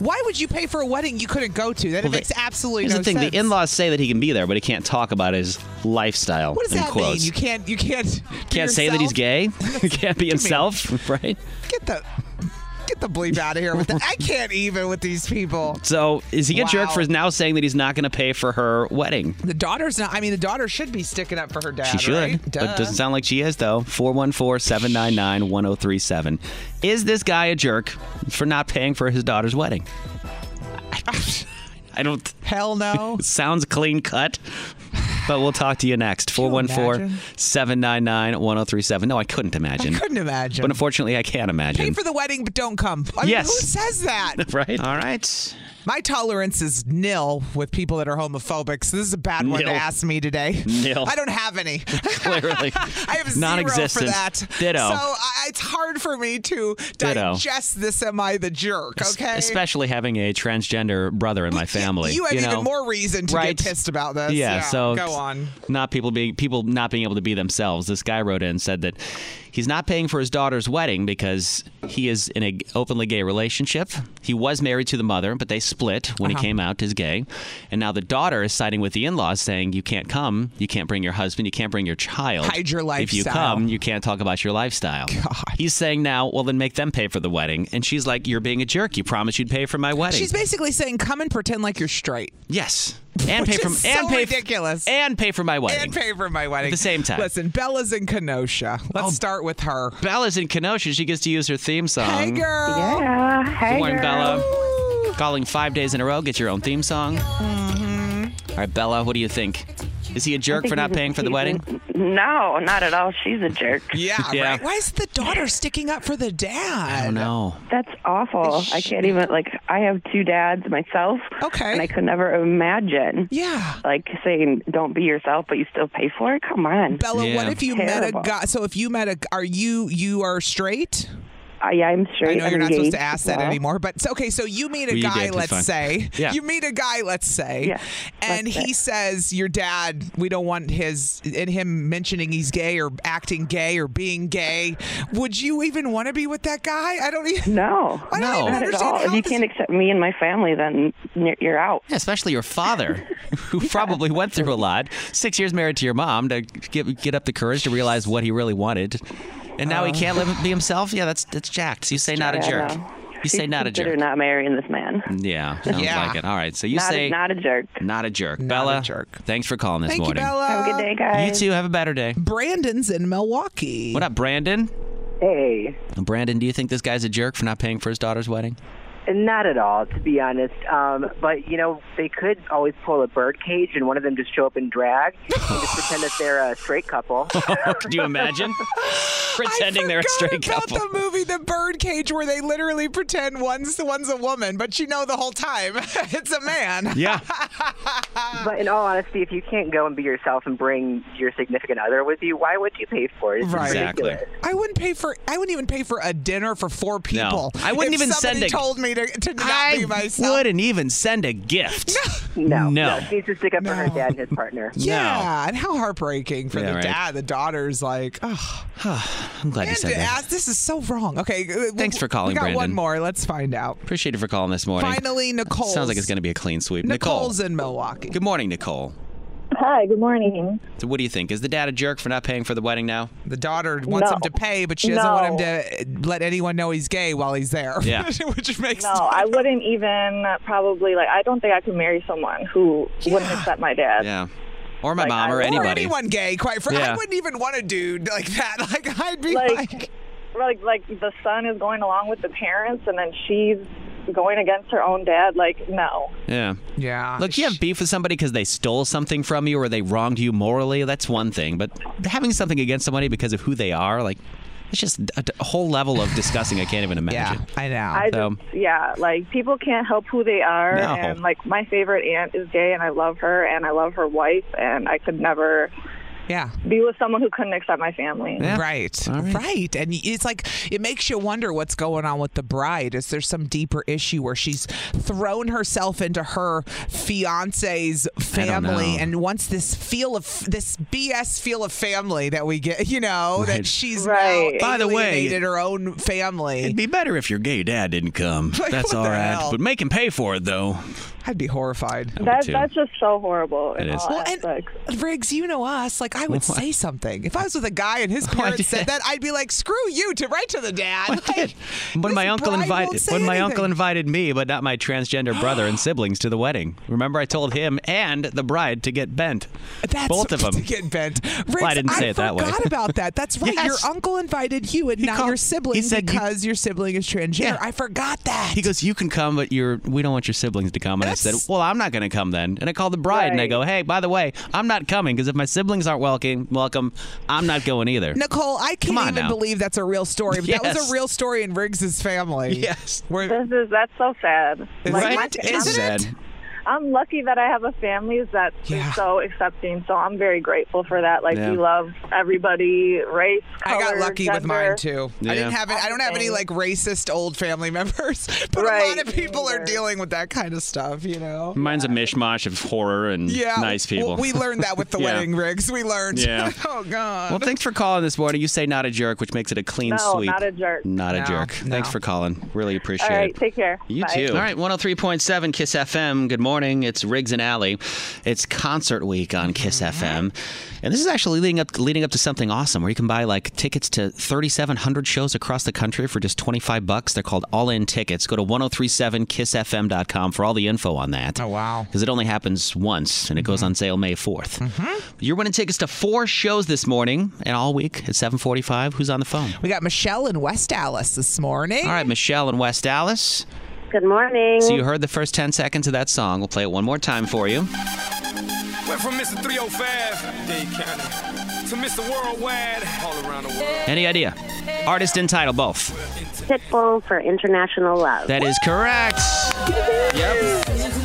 Speaker 2: Why would you pay for a wedding you couldn't go to? That
Speaker 3: Well,
Speaker 2: makes
Speaker 3: the-
Speaker 2: absolutely
Speaker 3: Here's
Speaker 2: no
Speaker 3: the thing:
Speaker 2: sense.
Speaker 3: the in-laws say that he can be there, but he can't talk about his lifestyle.
Speaker 2: what does
Speaker 3: in
Speaker 2: that
Speaker 3: quotes.
Speaker 2: mean? You can't. You can't.
Speaker 3: Can't say that he's gay. can't be himself, right?
Speaker 2: Get the get the bleep out of here with that. I can't even with these people.
Speaker 3: So is he a jerk
Speaker 2: Wow.
Speaker 3: for now saying that he's not going to pay for her wedding?
Speaker 2: The daughter's not. I mean, the daughter should be sticking up for her dad.
Speaker 3: She should.
Speaker 2: Right?
Speaker 3: But
Speaker 2: Duh.
Speaker 3: it doesn't sound like she is, though. 414 799 1037. Is this guy a jerk for not paying for his daughter's wedding? I don't.
Speaker 2: Hell no.
Speaker 3: sounds clean cut. But we'll talk to you next. 414 799 1037. No, I couldn't imagine.
Speaker 2: Couldn't imagine.
Speaker 3: But unfortunately, I can't imagine.
Speaker 2: Pay for the wedding, but don't come. I mean,
Speaker 3: Yes.
Speaker 2: who says that?
Speaker 3: right? All right.
Speaker 2: My tolerance is nil with people that are homophobic. So this is a bad one to
Speaker 3: Nil.
Speaker 2: ask me today.
Speaker 3: Nil.
Speaker 2: I don't have any.
Speaker 3: Clearly.
Speaker 2: I have zero
Speaker 3: Non-existent.
Speaker 2: for that.
Speaker 3: Ditto.
Speaker 2: So I, it's hard for me to
Speaker 3: Ditto.
Speaker 2: digest this. Am I the jerk?
Speaker 3: Es-
Speaker 2: Okay.
Speaker 3: Especially having a transgender brother in my family.
Speaker 2: you have
Speaker 3: know?
Speaker 2: even more reason to
Speaker 3: Right.
Speaker 2: get pissed about this.
Speaker 3: yeah, so
Speaker 2: go on.
Speaker 3: Not people being people not being able to be themselves. This guy wrote in and said that he's not paying for his daughter's wedding because he is in an openly gay relationship. He was married to the mother, but they split when
Speaker 8: Uh-huh.
Speaker 3: he came out as gay. And now the daughter is siding with the in-laws saying you can't come, you can't bring your husband, you can't bring your child.
Speaker 2: Hide your
Speaker 3: If you
Speaker 2: lifestyle.
Speaker 3: come, you can't talk about your lifestyle. He's saying now, well then make them pay for the wedding. And she's like, you're being a jerk. You promised you'd pay for my wedding.
Speaker 2: She's basically saying, "Come and pretend like you're straight."
Speaker 3: yes. And
Speaker 2: Which
Speaker 3: pay for
Speaker 2: is
Speaker 3: and
Speaker 2: so
Speaker 3: pay
Speaker 2: ridiculous.
Speaker 3: and pay for my wedding.
Speaker 2: And pay for my wedding
Speaker 3: At the same time. Oh,
Speaker 2: Listen, Bella's in Kenosha. Let's start with her.
Speaker 3: Bella's in Kenosha. She gets to use her theme song.
Speaker 2: Hey, girl.
Speaker 3: Good
Speaker 2: Hey,
Speaker 3: morning, Bella. Calling five days in a row. Get your own theme song.
Speaker 2: Mm-hmm.
Speaker 3: All right, Bella, what do you think? Is he a jerk for not paying for the wedding?
Speaker 9: No, not at all. She's a jerk.
Speaker 2: Yeah,
Speaker 3: Yeah.
Speaker 2: right. Why is the daughter sticking up for the dad?
Speaker 3: I don't know.
Speaker 9: That's awful. I can't even like I have two dads myself.
Speaker 2: Okay.
Speaker 9: And I could never imagine.
Speaker 2: Yeah.
Speaker 9: Like saying don't be yourself but you still pay for it. Come on.
Speaker 2: Bella, what if you met a
Speaker 9: Terrible.
Speaker 2: guy? So if you met a, are you you are straight?
Speaker 9: Uh, yeah, I'm
Speaker 2: I
Speaker 9: straight.
Speaker 2: know
Speaker 9: I'm
Speaker 2: you're not supposed
Speaker 9: engaged
Speaker 2: to ask
Speaker 9: as
Speaker 2: that
Speaker 9: well.
Speaker 2: anymore, but so, okay, so you meet a
Speaker 9: Well, you
Speaker 2: guy,
Speaker 9: did, it's
Speaker 2: let's
Speaker 9: fine.
Speaker 2: say,
Speaker 9: Yeah.
Speaker 2: you meet a guy, let's say,
Speaker 9: Yeah,
Speaker 2: and
Speaker 9: let's
Speaker 2: he says your dad, we don't want his and him mentioning he's gay or acting gay or being gay. Would you even want to be with that guy? I don't even.
Speaker 9: No.
Speaker 2: I don't even
Speaker 9: Not at
Speaker 2: understand
Speaker 9: all. If
Speaker 2: how
Speaker 9: you can't accept me and my family, then you're- you're out.
Speaker 3: Yeah, especially your father, who probably went through a lot. Six years married to your mom to get, get up the courage to realize what he really wanted. And now he
Speaker 9: Uh.
Speaker 3: can't live, be himself? Yeah, that's, that's jacked. You say not a
Speaker 9: Yeah,
Speaker 3: jerk.
Speaker 9: no.
Speaker 3: You say not a
Speaker 9: Consider
Speaker 3: jerk.
Speaker 9: not marrying this man.
Speaker 3: Yeah, sounds
Speaker 9: Yeah.
Speaker 3: like it. All right, so you
Speaker 9: Not a-
Speaker 3: say
Speaker 9: not a jerk.
Speaker 3: Not a jerk. Bella, thanks for calling this
Speaker 2: Thank you,
Speaker 3: morning.
Speaker 2: Bella.
Speaker 9: Have a good day,
Speaker 3: You too. Have a better day.
Speaker 2: Brandon's in Milwaukee.
Speaker 3: What up, Brandon?
Speaker 10: Hey,
Speaker 3: Brandon, do you think this guy's a jerk for not paying for his daughter's wedding?
Speaker 10: not at all, to be honest. Um, but you know, they could always pull a bird cage and one of them just show up in drag and just pretend that they're a straight couple.
Speaker 3: Could you imagine pretending they're a straight couple?
Speaker 2: The movie movie The Birdcage where they literally pretend one's one's a woman, but you know the whole time it's a man.
Speaker 3: Yeah.
Speaker 10: but in all honesty, if you can't go and be yourself and bring your significant other with you, why would you pay for it? It's ridiculous.
Speaker 2: I wouldn't pay for. I wouldn't even pay for a dinner for four people.
Speaker 3: I wouldn't
Speaker 2: if
Speaker 3: even
Speaker 2: somebody
Speaker 3: send a-
Speaker 2: told me to, to not
Speaker 3: I
Speaker 2: be myself.
Speaker 3: wouldn't even send a gift.
Speaker 10: No.
Speaker 3: No.
Speaker 10: She needs to stick up for her dad and his partner.
Speaker 2: Yeah, and how heartbreaking for
Speaker 3: Yeah,
Speaker 2: the
Speaker 3: right.
Speaker 2: dad. The daughter's like, oh.
Speaker 3: I'm glad you said that.
Speaker 2: this is so wrong. Okay, uh,
Speaker 3: Thanks for calling,
Speaker 2: We got one
Speaker 3: Brandon.
Speaker 2: more. Let's find out.
Speaker 3: Appreciate it for calling this morning.
Speaker 2: Finally, Nicole.
Speaker 3: Sounds like it's going to be a clean sweep.
Speaker 2: Nicole's in Milwaukee.
Speaker 3: Good morning, Nicole.
Speaker 8: Hi, good morning.
Speaker 3: So, what do you think? Is the dad a jerk for not paying for the wedding now?
Speaker 2: The daughter wants
Speaker 8: No.
Speaker 2: him to pay, but she doesn't want him to let anyone know he's gay while he's there.
Speaker 3: Yeah.
Speaker 2: Which makes
Speaker 8: No, I wouldn't even probably like I don't think I could marry someone who wouldn't accept my dad.
Speaker 3: Yeah. Or my mom, or anybody.
Speaker 2: Or anyone gay, quite frankly.
Speaker 3: Yeah.
Speaker 2: I wouldn't even want a dude like that. Like, I'd be
Speaker 8: Like-
Speaker 2: like
Speaker 8: Like like the son is going along with the parents and then she's going against her own dad like no.
Speaker 3: Yeah.
Speaker 2: Yeah.
Speaker 3: Look, you have beef with somebody because they stole something from you or they wronged you morally. That's one thing. But having something against somebody because of who they are, like, it's just a, a whole level of discussing I can't even imagine.
Speaker 2: Yeah, I know.
Speaker 8: I
Speaker 3: so,
Speaker 8: just yeah, like people can't help who they are
Speaker 3: No.
Speaker 8: and like my favorite aunt is gay and I love her and I love her wife and I could never
Speaker 2: Yeah.
Speaker 8: be with someone who couldn't accept my family.
Speaker 2: Right. right. And it's like, it makes you wonder what's going on with the bride. Is there some deeper issue where she's thrown herself into her fiance's family?
Speaker 3: know.
Speaker 2: And once this feel of, this BS feel of family that we get, you know, that
Speaker 3: Right.
Speaker 2: she's
Speaker 3: Right.
Speaker 2: now
Speaker 3: By the way-
Speaker 2: alienated her own family.
Speaker 3: It'd be better if your gay dad didn't come.
Speaker 2: Like,
Speaker 3: That's
Speaker 2: what
Speaker 3: all
Speaker 2: the
Speaker 3: right.
Speaker 2: hell?
Speaker 3: But make him pay for it, though.
Speaker 2: I'd be horrified.
Speaker 8: That, that's just so horrible. in
Speaker 3: It is.
Speaker 8: all
Speaker 3: Well,
Speaker 8: aspects.
Speaker 2: Riggs, you know us. Like I would
Speaker 3: What?
Speaker 2: say something if I was with a guy and his parents said that. I'd be like, "Screw you!" To right to the dad. Like,
Speaker 3: When my
Speaker 2: this
Speaker 3: uncle
Speaker 2: bride won't
Speaker 3: invited
Speaker 2: say
Speaker 3: when my uncle
Speaker 2: anything.
Speaker 3: invited me, but not my transgender brother and siblings to the wedding. Remember, I told him and the bride to get bent.
Speaker 2: That's
Speaker 3: Both of them.
Speaker 2: to get bent. Riggs,
Speaker 3: Well, I didn't say it that way.
Speaker 2: forgot about that. That's right.
Speaker 3: Yes.
Speaker 2: Your uncle invited you and not your sibling
Speaker 3: said you-
Speaker 2: because your sibling is transgender.
Speaker 3: Yeah.
Speaker 2: I forgot that.
Speaker 3: He goes, "You can come, but you're we don't want your siblings to come." And I said, "Well, I'm not going to come then." And I called the bride and I go, "Hey, by the way, I'm not coming because if my siblings aren't welcome, welcome, I'm not going either."
Speaker 2: Nicole, I can't
Speaker 3: Come on
Speaker 2: even
Speaker 3: now.
Speaker 2: believe that's a real story. But That was
Speaker 3: Yes.
Speaker 2: a real story in Riggs's family.
Speaker 3: Yes.
Speaker 2: Where,
Speaker 8: This is that's so sad.
Speaker 2: Right?
Speaker 8: my-
Speaker 2: Isn't
Speaker 8: I'm-
Speaker 2: it?
Speaker 3: Sad.
Speaker 8: I'm lucky that I have a family that's so accepting. So I'm very grateful for that. Like
Speaker 3: Yeah.
Speaker 8: we love everybody, race.
Speaker 2: I got
Speaker 8: color,
Speaker 2: lucky with
Speaker 8: gender.
Speaker 2: mine too. I didn't
Speaker 3: Yeah.
Speaker 2: have it. I don't have any like racist old family members, but a lot of people are dealing with that kind of stuff. You know.
Speaker 3: Mine's a mishmash of horror and
Speaker 2: Yeah.
Speaker 3: Mm, nice people.
Speaker 2: Well, we learned that with the
Speaker 3: Yeah.
Speaker 2: wedding, Riggs. We learned.
Speaker 3: Yeah.
Speaker 2: oh God.
Speaker 3: Well, thanks for calling this morning. You say not a jerk, which makes it a clean
Speaker 8: No,
Speaker 3: sweep.
Speaker 8: not a jerk.
Speaker 3: Not a
Speaker 2: No,
Speaker 3: jerk.
Speaker 2: no.
Speaker 3: Thanks for calling. Really appreciate
Speaker 8: All right,
Speaker 3: it.
Speaker 8: take care.
Speaker 3: You
Speaker 8: Bye.
Speaker 3: too. All right, 103.7 Kiss FM. Good morning. It's Riggs and Alley. It's concert week on Kiss FM. And this is actually leading up leading up to something awesome where you can buy like tickets to 3700 shows across the country for just 25 bucks. They're called all-in tickets. Go to 1037kissfm.com for all the info on that. Oh
Speaker 2: wow.
Speaker 3: Cuz it only happens once and it goes on sale May 4th. You're winning tickets to four shows this morning and all week at 7:45. Who's on the phone?
Speaker 2: We got Michelle in West Allis this morning.
Speaker 3: All right, Michelle in West Dallas.
Speaker 11: Good morning.
Speaker 3: So you heard the first 10 seconds of that song. We'll play it one more time for you.
Speaker 12: Went from Mr. 305, Dade County, to Mr. Worldwide, all around the world.
Speaker 3: Any idea? Artist and title both.
Speaker 11: Pitbull for International Love.
Speaker 3: That is correct. Yep.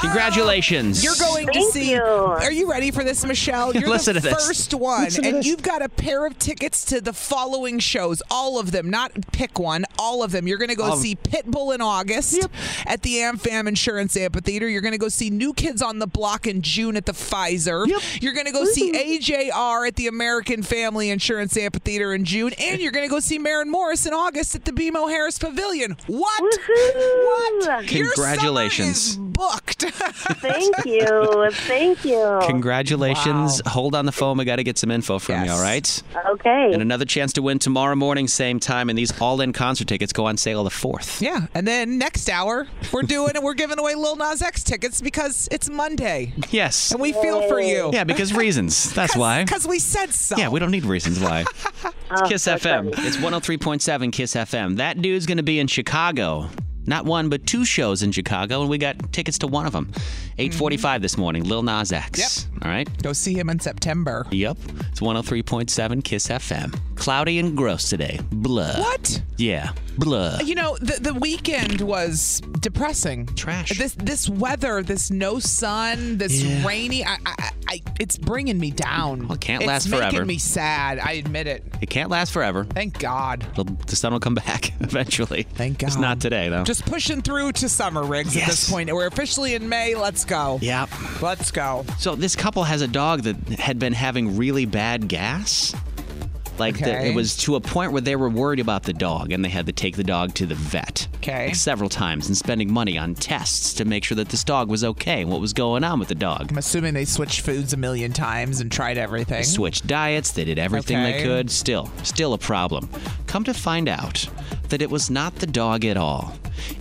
Speaker 3: Congratulations.
Speaker 2: You're going to see. Are you ready for this, Michelle? You're
Speaker 3: Listen
Speaker 2: the
Speaker 3: to this.
Speaker 2: first one,
Speaker 3: Listen to
Speaker 2: and
Speaker 3: this.
Speaker 2: you've got a pair of tickets to the following shows. All of them, not pick one. All of them. You're going to go
Speaker 3: All of-
Speaker 2: see Pitbull in August at the AmFam Insurance Amphitheater. You're going to go see New Kids on the Block in June at the Pfizer. You're going to go see AJR at the American Family Insurance Amphitheater in June, and you're going to go see Maren Morris in August at the BMO Harris Pavilion. What? What? Your summer
Speaker 3: Congratulations.
Speaker 2: is booked.
Speaker 11: Thank you. Thank you.
Speaker 3: Congratulations. Hold on the phone. We got to get some info from you, all right?
Speaker 11: Okay.
Speaker 3: And another chance to win tomorrow morning, same time. And these all in concert tickets go on sale the 4th.
Speaker 2: Yeah, and then next hour we're doing and we're giving away Lil Nas X tickets because it's Monday
Speaker 3: Yes.
Speaker 2: and we feel for you.
Speaker 3: Yeah, because reasons. That's why.
Speaker 2: because we said so.
Speaker 3: Yeah, we don't need reasons why. oh It's Kiss FM. It's 103.7 Kiss FM. That dude's going to be in Chicago Not one, but two shows in Chicago, and we got tickets to one of them. 845 this morning, Lil Nas X. Yep. All right.
Speaker 2: Go see him in September.
Speaker 3: Yep. It's 103.7 KISS FM. Cloudy and gross today. Blah.
Speaker 2: What?
Speaker 3: Yeah. Blah.
Speaker 2: You know, the, the weekend was depressing.
Speaker 3: Trash.
Speaker 2: This this weather, this no sun, this rainy, I, I, I, it's bringing me down. Well, it
Speaker 3: can't
Speaker 2: it's
Speaker 3: last forever.
Speaker 2: making me sad. I admit it.
Speaker 3: It can't last forever.
Speaker 2: Thank God.
Speaker 3: The, the sun will come back eventually. Thank God. It's not today, though.
Speaker 2: Just pushing through to summer rigs at this point. We're officially in May. Let's go.
Speaker 3: Yeah.
Speaker 2: Let's go.
Speaker 3: So this couple has a dog that had been having really bad gas. Like the-
Speaker 2: Okay.
Speaker 3: it was to a point where they were worried about the dog and they had to take the dog to the vet
Speaker 2: Okay.
Speaker 3: like, several times and spending money on tests to make sure that this dog was okay and what was going on with the dog.
Speaker 2: I'm assuming they switched foods a million times and tried everything.
Speaker 3: They switched diets, they did everything they
Speaker 2: Okay.
Speaker 3: could, still, still a problem. Come to find out that it was not the dog at all.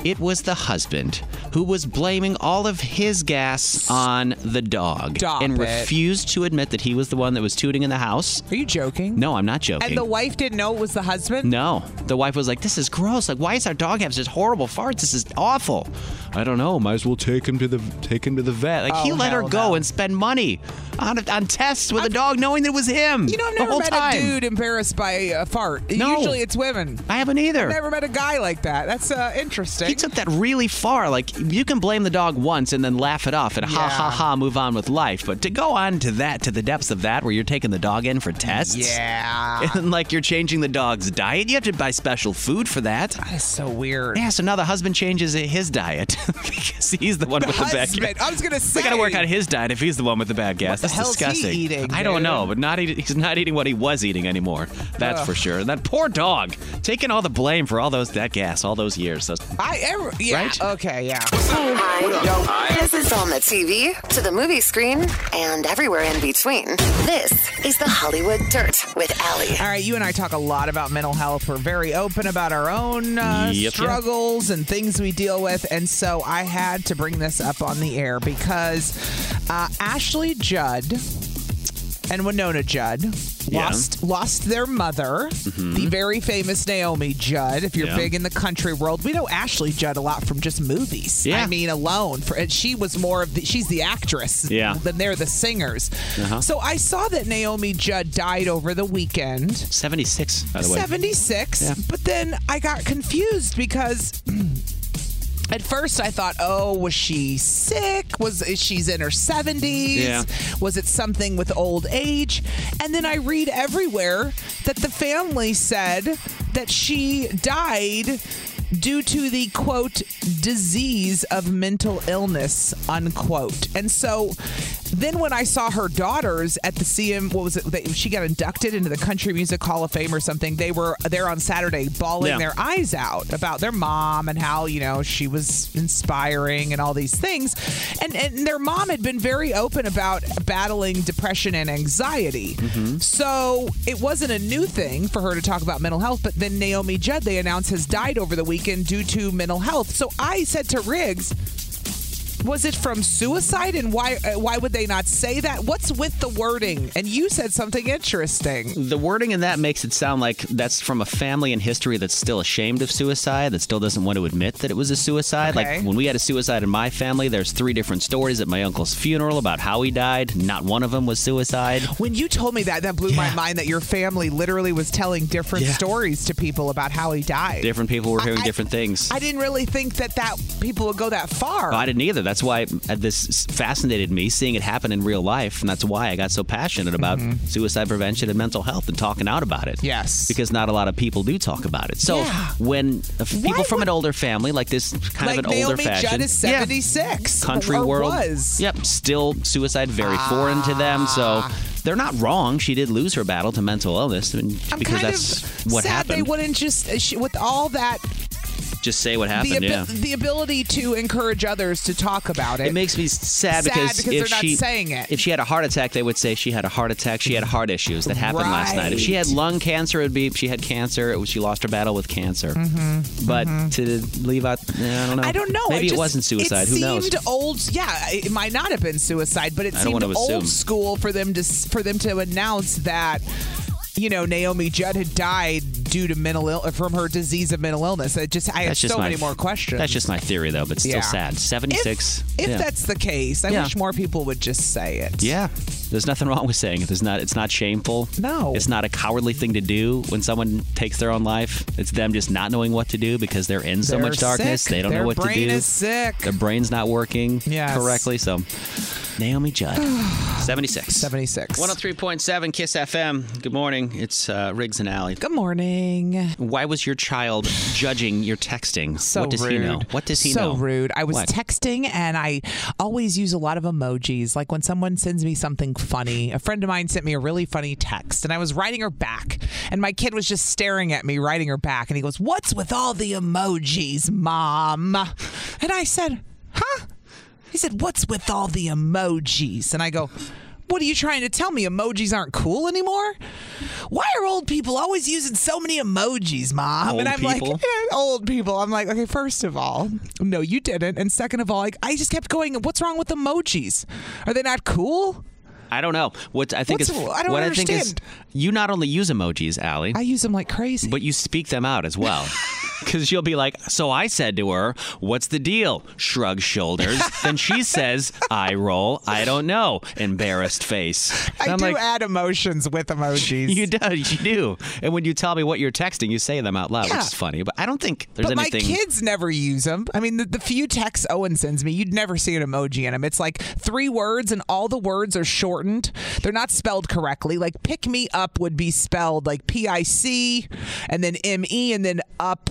Speaker 3: It was the husband who was blaming all of his gas on the dog
Speaker 2: Stop
Speaker 3: and
Speaker 2: it.
Speaker 3: refused to admit that he was the one that was tooting in the house.
Speaker 2: Are you joking?
Speaker 3: No, I'm not joking.
Speaker 2: And the wife didn't know it was the husband?
Speaker 3: No. The wife was like, This is gross. Like, why is our dog have such horrible farts? This is awful. I don't know. Might as well take him to the take him to the vet. Like he
Speaker 2: Oh,
Speaker 3: let her
Speaker 2: hell
Speaker 3: go and spend money on on tests with a dog knowing that it was him.
Speaker 2: You know, I've
Speaker 3: the
Speaker 2: never
Speaker 3: whole
Speaker 2: met
Speaker 3: time.
Speaker 2: a dude embarrassed by a fart.
Speaker 3: No.
Speaker 2: Usually it's women.
Speaker 3: I haven't either.
Speaker 2: I've never met a guy like that. That's uh, interesting.
Speaker 3: He took that really far. Like you can blame the dog once and then laugh it off and ha ha ha move on with life. But to go on to that to the depths of that where you're taking the dog in for tests.
Speaker 2: Yeah.
Speaker 3: And like you're changing the dog's diet. You have to buy special food for that. That
Speaker 2: is so weird.
Speaker 3: Yeah, so now the husband changes his diet because he's the one with the bad
Speaker 2: husband.
Speaker 3: gas.
Speaker 2: I was gonna
Speaker 3: They gotta work on his diet if he's the one with the bad gas.
Speaker 2: the
Speaker 3: That's
Speaker 2: hell's he
Speaker 3: disgusting.
Speaker 2: eating,
Speaker 3: I don't
Speaker 2: dude?
Speaker 3: know, but not eating, he's not eating what he was eating anymore. That's
Speaker 2: Ugh.
Speaker 3: for sure. And that poor dog taking all the blame for all those that gas, all those years. Those
Speaker 2: I ever, yeah. uh,
Speaker 3: Right?
Speaker 2: Okay, yeah.
Speaker 1: Hi. This is on the TV, to the movie screen, and everywhere in between. This is the Hollywood Dirt with Allie.
Speaker 2: All right, you and I talk a lot about mental health. We're very open about our own uh,
Speaker 1: Yep, yep.
Speaker 2: struggles and things we deal with. And so I had to bring this up on the air because uh, Ashley Judd and Winona Judd
Speaker 13: Yeah.
Speaker 2: lost lost their mother,
Speaker 3: Mm-hmm.
Speaker 13: Mhm.
Speaker 2: the very famous Naomi Judd. If you're
Speaker 13: Yeah.
Speaker 2: big in the country world, we know Ashley Judd a lot from just movies.
Speaker 13: Yeah.
Speaker 2: I mean, alone for and she was more of the she's the actress
Speaker 3: Yeah.
Speaker 2: than they're the singers.
Speaker 3: Uh-huh.
Speaker 2: So I saw that Naomi Judd died over the weekend.
Speaker 3: 76, by the way.
Speaker 2: 76.
Speaker 3: Yeah.
Speaker 2: But then I got confused because at first I thought, "Oh, was she sick? Was she's in her 70s?
Speaker 13: Yeah.
Speaker 2: Was it something with old age?" And then I read everywhere that the family said that she died due to the quote disease of mental illness unquote and so then when i saw her daughters at the cm what was it they, she got inducted into the country music hall of fame or something they were there on saturday bawling
Speaker 13: Yeah.
Speaker 2: their eyes out about their mom and how you know she was inspiring and all these things and and their mom had been very open about battling depression and anxiety so it wasn't a new thing for her to talk about mental health but then naomi judd they announced has died over the weekend due to mental health so i said to riggs was it from suicide and why uh, why would they not say that what's with the wording and you said something interesting
Speaker 3: The wording in that makes it sound like that's from a family in history that's still ashamed of suicide, that still doesn't want to admit that it was a suicide.
Speaker 2: Okay.
Speaker 3: Like when we had a suicide in my family, there's three different stories at my uncle's funeral about how he died. Not one of them was suicide.
Speaker 2: When you told me that, that blew my mind that your family literally was telling different stories to people about how he died.
Speaker 3: Different people were hearing different things.
Speaker 2: I didn't really think that that people would go that far.
Speaker 3: I didn't either. That's why uh, this fascinated me, seeing it happen in real life, and that's why I got so passionate about suicide prevention and mental health and talking out about it.
Speaker 2: Mm-hmm. Yes,
Speaker 3: because not a lot of people do talk about it. So
Speaker 2: Yeah.
Speaker 3: when uh, people from an older family, like this kind
Speaker 2: like
Speaker 3: of an older
Speaker 2: Naomi
Speaker 3: fashion,
Speaker 2: Judd is
Speaker 3: Yeah.
Speaker 2: 76.
Speaker 3: country
Speaker 2: or
Speaker 3: world.
Speaker 2: was. Ah.
Speaker 3: Yep, still suicide very foreign to them. So they're not wrong. She did lose her battle to mental illness and- because
Speaker 2: kind
Speaker 3: that's
Speaker 2: of
Speaker 3: what
Speaker 2: sad they
Speaker 3: happened.
Speaker 2: wouldn't just, uh, she, with all that,
Speaker 3: Just say what
Speaker 2: the,
Speaker 3: happened.
Speaker 2: abi-
Speaker 3: yeah.
Speaker 2: the ability to encourage others to talk about it.
Speaker 3: It makes me sad, because,
Speaker 2: because
Speaker 3: if
Speaker 2: they're not
Speaker 3: she
Speaker 2: saying it.
Speaker 3: if she had a heart attack, they would say she had a heart attack. She had heart issues that happened last night. If she had
Speaker 2: Right.
Speaker 3: lung cancer, it'd be she had cancer. It was she lost her battle with cancer.
Speaker 2: Mhm,
Speaker 3: But to leave out, I don't know.
Speaker 2: I don't know. I
Speaker 3: Maybe
Speaker 2: just-
Speaker 3: it wasn't suicide.
Speaker 2: It
Speaker 3: Who knows?
Speaker 2: seemed old. Yeah, it might not have been suicide, but it
Speaker 3: I don't
Speaker 2: seemed
Speaker 3: want
Speaker 2: old
Speaker 3: to assume.
Speaker 2: school for them to for them to announce that you know Naomi Judd had died due to mental ill from her disease of mental illness. I just I have
Speaker 3: That's just
Speaker 2: so
Speaker 3: my-
Speaker 2: many more questions.
Speaker 3: That's just my theory, though, but still
Speaker 2: Yeah.
Speaker 3: sad.
Speaker 2: If-
Speaker 3: 76.
Speaker 2: If
Speaker 3: yeah.
Speaker 2: that's the case, I
Speaker 3: Yeah.
Speaker 2: wish more people would just say it.
Speaker 3: Yeah, there's nothing wrong with saying it. There's not. It's not shameful.
Speaker 2: No,
Speaker 3: it's not a cowardly thing to do when someone takes their own life. It's them just not knowing what to do because they're in so
Speaker 2: They're
Speaker 3: much darkness.
Speaker 2: sick.
Speaker 3: They don't
Speaker 2: Their
Speaker 3: know what to
Speaker 2: brain
Speaker 3: do.
Speaker 2: is sick.
Speaker 3: Their brain's not working
Speaker 2: Yes.
Speaker 3: correctly. So, Naomi Judd, 76.
Speaker 2: 76.
Speaker 3: 103.7 Kiss FM. Good morning. It's uh, Riggs and Alley.
Speaker 2: Good morning.
Speaker 3: Why was your child judging your texting?
Speaker 2: So
Speaker 3: what does
Speaker 2: rude.
Speaker 3: he know? What does he
Speaker 2: so
Speaker 3: know?
Speaker 2: rude. I was
Speaker 3: What?
Speaker 2: texting and I always use a lot of emojis. Like when someone sends me something funny, a friend of mine sent me a really funny text and I was writing her back. And my kid was just staring at me, writing her back. And he goes, What's with all the emojis, mom? And I said, Huh? He said, What's with all the emojis? And I go, What are you trying to tell me? Emojis aren't cool anymore? Why are old people always using so many emojis, mom?
Speaker 13: Old
Speaker 2: and I'm
Speaker 13: people?
Speaker 2: like, "Eh, Old people. I'm like, Okay, first of all, no, you didn't. And second of all, like, I just kept going, What's wrong with emojis? Are they not cool?
Speaker 3: I don't know. What I think
Speaker 2: What's-
Speaker 3: is
Speaker 2: I don't
Speaker 3: what I think is
Speaker 2: understand.
Speaker 3: you not only use emojis, Allie. I
Speaker 2: use them like crazy.
Speaker 3: But you speak them out as well. Because you'll be like, so I said to her, what's the deal? Shrugs shoulders. then she says, I roll. I don't know. Embarrassed face.
Speaker 2: I do add emotions with emojis.
Speaker 3: You do. You do. And when you tell me what you're texting, you say them out loud,
Speaker 2: Yeah.
Speaker 3: which is funny. But I don't think there's
Speaker 2: but
Speaker 3: anything.
Speaker 2: my kids never use them. I mean, the, the few texts Owen sends me, you'd never see an emoji in them. It's like three words, and all the words are shortened. They're not spelled correctly. Like "pick me up" would be spelled like P I C, and then M E, and then up.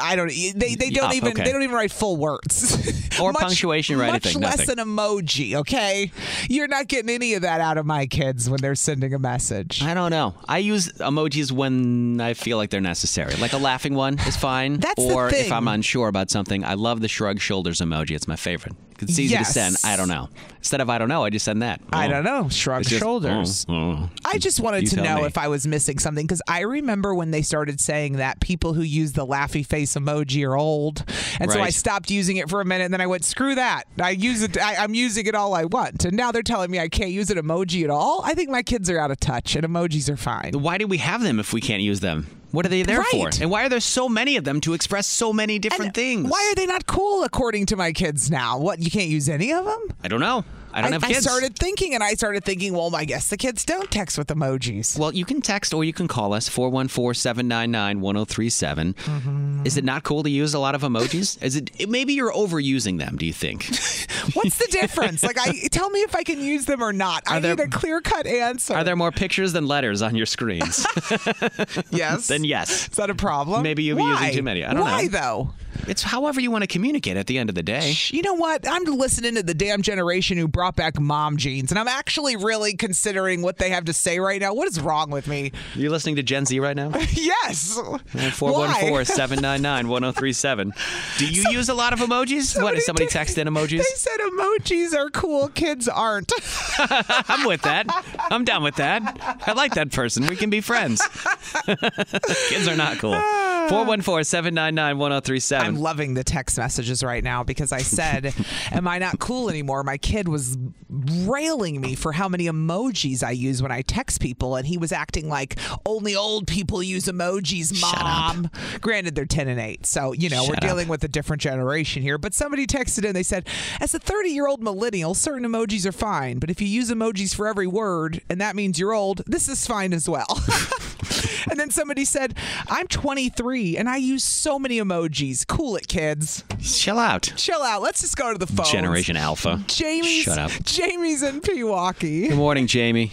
Speaker 2: I don't. They they don't
Speaker 3: Up,
Speaker 2: even
Speaker 3: okay.
Speaker 2: they don't even write full words
Speaker 3: Or punctuation or
Speaker 2: much
Speaker 3: anything,
Speaker 2: Much less
Speaker 3: nothing.
Speaker 2: an emoji. Okay, you're not getting any of that out of my kids when they're sending a message.
Speaker 3: I don't know. I use emojis when I feel like they're necessary. Like a laughing one is fine.
Speaker 2: That's the
Speaker 3: or if
Speaker 2: thing.
Speaker 3: I'm unsure about something, I love the shrug shoulders emoji. It's my favorite. It's easy
Speaker 2: Yes.
Speaker 3: to send. I don't know. Instead of I don't know, I just send that.
Speaker 2: I
Speaker 3: Oh.
Speaker 2: don't know. Shrug
Speaker 3: It's just,
Speaker 2: shoulders.
Speaker 3: oh, oh.
Speaker 2: I just wanted
Speaker 3: You
Speaker 2: to
Speaker 3: tell
Speaker 2: know
Speaker 3: me.
Speaker 2: if I was missing something because I remember when they started saying that people who use the laughy face emoji are old, and so I
Speaker 3: Right.
Speaker 2: stopped using it for a minute. And then I went, "Screw that! I use it. I, I'm using it all I want." And now they're telling me I can't use an emoji at all. I think my kids are out of touch, and emojis are fine.
Speaker 3: Why do we have them if we can't use them? What are they there
Speaker 2: Right.
Speaker 3: for? And why are there so many of them to express so many different things?
Speaker 2: Why are they not cool according to my kids now? What you can't use any of them?
Speaker 3: I don't know. I don't have kids.
Speaker 2: I started thinking, and I started thinking, well, I guess the kids don't text with emojis.
Speaker 3: Well, you can text or you can call us 414-799-1037.
Speaker 2: Mm-hmm.
Speaker 3: Is it not cool to use a lot of emojis? Is it it- maybe you're overusing them, do you think?
Speaker 2: What's the difference? like, I tell me if I can use them or not. I need a clear cut answer.
Speaker 3: Are there more pictures than letters on your screens?
Speaker 2: yes.
Speaker 3: then yes.
Speaker 2: Is that a problem?
Speaker 3: Maybe you'll be
Speaker 2: Why?
Speaker 3: using too many. I don't
Speaker 2: Why,
Speaker 3: know.
Speaker 2: though?
Speaker 3: It's however you want to communicate at the end of the day.
Speaker 2: You know what? I'm listening to the damn generation who brought back mom jeans, and I'm actually really considering what they have to say right now. What is wrong with me?
Speaker 3: You're listening to Gen Z right now?
Speaker 2: yes.
Speaker 3: Uh,
Speaker 2: Why?
Speaker 3: 414-799-1037. Do you use a lot of emojis? What, is somebody text in emojis?
Speaker 2: They said emojis are cool, kids aren't.
Speaker 3: I'm with that. I'm down with that. I like that person. We can be friends. Kids are not cool. 414 799
Speaker 2: I'm
Speaker 3: 1037.
Speaker 2: loving the text messages right now because I said, Am I not cool anymore? My kid was railing me for how many emojis I use when I text people, and he was acting like only old people use emojis, mom. Granted, they're 10 and 8, so you know, we're
Speaker 3: Shut up.
Speaker 2: dealing with a different generation here. But somebody texted in, they said, As a 30 year old millennial, certain emojis are fine, but if you use emojis for every word, and that means you're old, this is fine as well. And then somebody said, I'm 23 and I use so many emojis. Cool it, kids.
Speaker 3: Chill out.
Speaker 2: Chill out. Let's just go to the phone.
Speaker 3: Generation Alpha.
Speaker 2: Jamie's,
Speaker 3: Shut up.
Speaker 2: Jamie's in Pewaukee.
Speaker 3: Good morning, Jamie.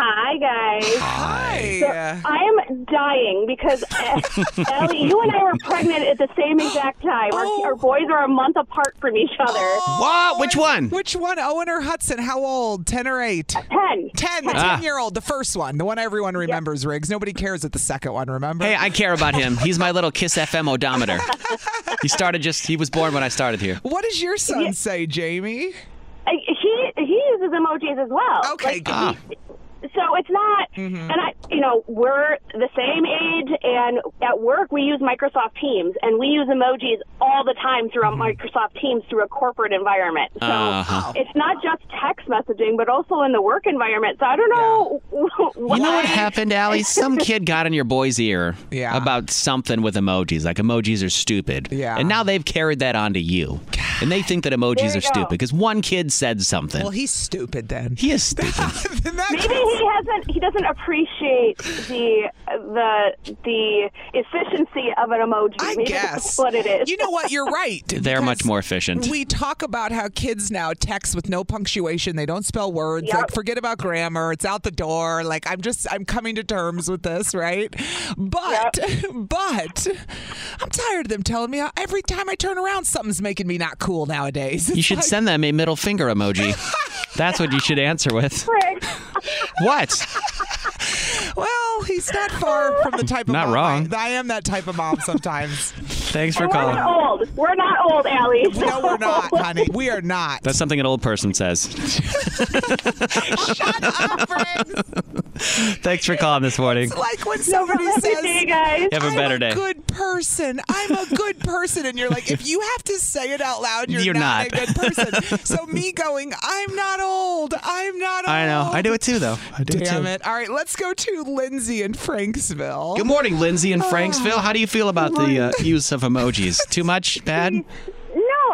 Speaker 14: Hi, guys.
Speaker 3: Hi.
Speaker 14: So, I am dying because eh, Ellie, you and I were pregnant at the same exact time.
Speaker 3: Oh.
Speaker 14: Our,
Speaker 2: Oh.
Speaker 14: our boys are a month apart from each other.
Speaker 3: What? Which one?
Speaker 2: Which one? Owen or Hudson? How old? 10 or 8?
Speaker 14: Uh, 10.
Speaker 2: 10. The
Speaker 3: Ah.
Speaker 2: 10 year old, the first one, the one everyone remembers, Riggs. Nobody cares at the second one, remember?
Speaker 3: Hey, I care about him. He's my little Kiss FM odometer. He started just, he was born when I started here.
Speaker 2: What does your son say, Jamie?
Speaker 14: He he uses emojis as well. Okay,
Speaker 3: Ah.
Speaker 14: So So it's not,
Speaker 3: Mm-hmm.
Speaker 14: and I, you know, we're the same age, and at work we use Microsoft Teams, and we use emojis all the time throughout
Speaker 3: Mm-hmm.
Speaker 14: Microsoft Teams through a corporate environment. So
Speaker 3: Uh-huh.
Speaker 14: it's not just text messaging, but also in the work environment. So I don't know.
Speaker 3: You know what happened, Allie? Some kid got in your boy's ear about something with emojis, like emojis are stupid. Yeah. And now they've carried that onto you. And they think that emojis
Speaker 14: you
Speaker 3: are stupid
Speaker 14: go.
Speaker 3: because one kid said something.
Speaker 2: Well, he's stupid then.
Speaker 3: He is stupid.
Speaker 14: Maybe he hasn't. He doesn't appreciate the the the efficiency of an emoji. I Maybe
Speaker 2: guess.
Speaker 14: that's what it is.
Speaker 2: You know what? You're right.
Speaker 3: They're much more efficient.
Speaker 2: We talk about how kids now text with no punctuation. They don't spell words. Like, forget about grammar. It's out the door. Like, I'm just, I'm coming to terms with this, right? But, but, I'm tired of them telling me how every time I turn around, something's making me not cool nowadays.
Speaker 3: you
Speaker 2: It's
Speaker 3: should
Speaker 2: like,
Speaker 3: send them a middle finger emoji. That's what you should answer with. What?
Speaker 2: Well, he's not far from the type of
Speaker 3: Not
Speaker 2: mom
Speaker 3: wrong.
Speaker 2: I, I am that type of mom sometimes.
Speaker 3: Thanks for
Speaker 14: And we're
Speaker 3: calling.
Speaker 14: not old. We're not old, Allie.
Speaker 2: No, we're not, honey. We are not.
Speaker 3: That's something an old person says. Thanks for calling this morning.
Speaker 2: It's like when somebody says,
Speaker 14: guys.
Speaker 3: Have a
Speaker 2: I'm
Speaker 3: better
Speaker 2: a
Speaker 3: day."
Speaker 2: good person. I'm a good person. And you're like, if you have to say it out loud, you're,
Speaker 3: You're
Speaker 2: not,
Speaker 3: not.
Speaker 2: a good person. so me going, I'm not old. I'm not old.
Speaker 3: I know. I do it too, though. I do
Speaker 2: Damn
Speaker 3: too.
Speaker 2: it. All right, let's go to Lindsay in Franksville.
Speaker 3: Good morning, Lindsay
Speaker 2: Oh.
Speaker 3: in Franksville. How do you feel about the uh, use of emojis? Too much? Bad?
Speaker 6: No,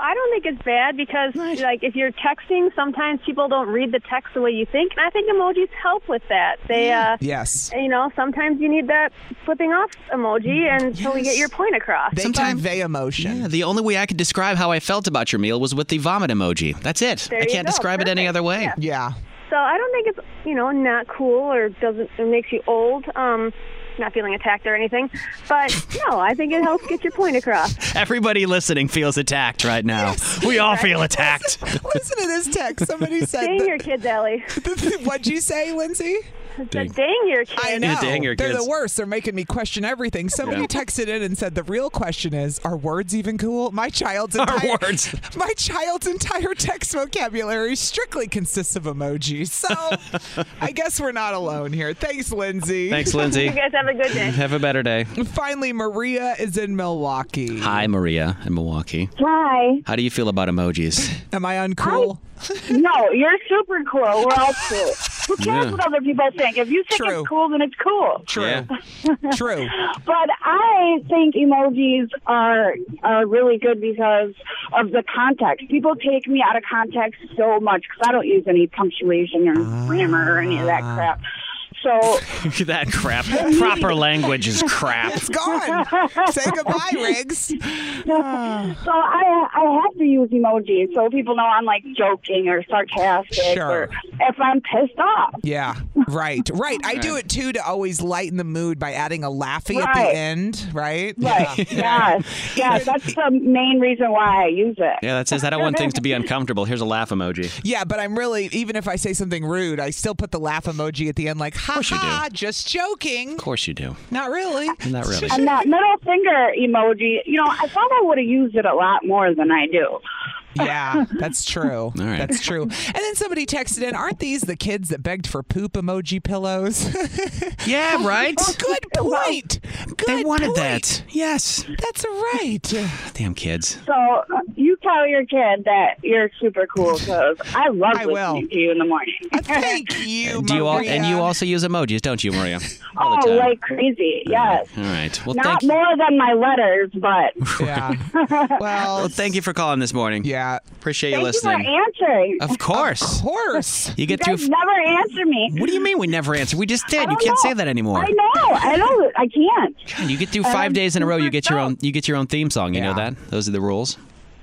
Speaker 6: I don't think it's bad because, like, if you're texting, sometimes people don't read the text the way you think. And I think emojis help with that. They, uh,
Speaker 2: Yes.
Speaker 6: You know, sometimes you need that flipping off emoji, and so we get your point across.
Speaker 2: Sometimes convey emotion.
Speaker 3: Yeah, the only way I could describe how I felt about your meal was with the vomit emoji. That's it.
Speaker 6: There
Speaker 3: I
Speaker 6: you
Speaker 3: can't
Speaker 6: go.
Speaker 3: describe it any
Speaker 6: Perfect.
Speaker 3: other way.
Speaker 2: Yeah.
Speaker 6: So I don't think it's you know not cool or doesn't it makes you old. Um, not feeling attacked or anything, but no, I think it helps get your point across.
Speaker 3: Everybody listening feels attacked right now. We all feel attacked.
Speaker 2: Listen to this text. Somebody said,
Speaker 6: Dang your kids, Ellie.
Speaker 2: What'd you say, Lindsay?
Speaker 3: Dang.
Speaker 6: your kids.
Speaker 2: I know.
Speaker 3: Yeah, dang your
Speaker 2: They're
Speaker 3: kids.
Speaker 2: the worst. They're making me question everything. Somebody
Speaker 3: Yeah.
Speaker 2: texted in and said the real question is: Are words even cool? My child's entire
Speaker 3: words?
Speaker 2: my child's entire text vocabulary strictly consists of emojis. So I guess we're not alone here. Thanks, Lindsay.
Speaker 3: Thanks, Lindsay. You guys
Speaker 6: have a good
Speaker 3: Have a better day.
Speaker 2: Finally, Maria is in Milwaukee.
Speaker 3: Hi, Maria in Milwaukee.
Speaker 13: Hi.
Speaker 3: How do you feel about emojis?
Speaker 2: Am I uncool?
Speaker 13: no, you're super cool. We're all cool. Who cares
Speaker 3: Yeah.
Speaker 13: what other people think? If you think
Speaker 2: True.
Speaker 13: it's cool, then it's cool.
Speaker 3: Yeah.
Speaker 2: True.
Speaker 13: But I think emojis are are really good because of the context. People take me out of context so much because I don't use any punctuation or grammar or any of that
Speaker 2: Ah.
Speaker 13: crap. So
Speaker 3: that crap. Proper language is crap.
Speaker 2: It's gone. Say goodbye, Riggs.
Speaker 13: so I I have to use emojis so people know I'm like joking or sarcastic
Speaker 2: Sure.
Speaker 13: or if I'm pissed off.
Speaker 2: Yeah, right, right. I do it too to always lighten the mood by adding a laughy at
Speaker 13: Right.
Speaker 2: the end, right?
Speaker 13: Right. yes. Yes. That's the main reason why I use it.
Speaker 3: Yeah, that says I don't want things to be uncomfortable. Here's a laugh emoji.
Speaker 2: Yeah, but I'm really even if I say something rude, I still put the laugh emoji at the end, like ha
Speaker 3: you do.
Speaker 2: ha, just joking.
Speaker 3: Of course you do.
Speaker 2: Not really.
Speaker 3: Not really.
Speaker 13: And that middle finger emoji, you know, I thought I would have used it a lot more than I do.
Speaker 2: yeah, that's true.
Speaker 3: right.
Speaker 2: That's true. And then somebody texted in, "Aren't these the kids that begged for poop emoji pillows?" Oh,
Speaker 3: Yeah, right?
Speaker 2: Good point. Good
Speaker 3: They wanted
Speaker 2: point.
Speaker 3: that. Yes.
Speaker 2: That's right.
Speaker 3: Damn kids.
Speaker 13: So uh, you tell your kid that you're super cool because I love
Speaker 2: I
Speaker 13: listening
Speaker 2: will.
Speaker 13: to you in the morning.
Speaker 2: Thank you.
Speaker 3: Uh, Do you all
Speaker 2: Maria.
Speaker 3: and you also use emojis, don't you, Maria? All the
Speaker 13: oh,
Speaker 3: time.
Speaker 13: like crazy. Yes.
Speaker 3: All right. Well,
Speaker 13: Not
Speaker 3: thank you.
Speaker 13: more than my letters, but
Speaker 2: Yeah.
Speaker 3: Well, thank you for calling this morning.
Speaker 2: Yeah.
Speaker 3: Appreciate you
Speaker 13: thank you for
Speaker 3: listening.
Speaker 13: answering.
Speaker 3: Of course.
Speaker 2: Of course.
Speaker 3: You
Speaker 13: You
Speaker 3: get
Speaker 13: guys
Speaker 3: to
Speaker 13: never answer me.
Speaker 3: What do you mean we never answered? We just did. You
Speaker 13: don't
Speaker 3: can't
Speaker 13: know.
Speaker 3: say that anymore.
Speaker 13: I know. I know. I can't.
Speaker 3: God, You get through
Speaker 13: And
Speaker 3: 5
Speaker 2: Um,
Speaker 13: I'm
Speaker 3: days in a row you
Speaker 13: super
Speaker 3: get your own
Speaker 13: stoked.
Speaker 3: you get your own theme song, you know that? Those are the rules.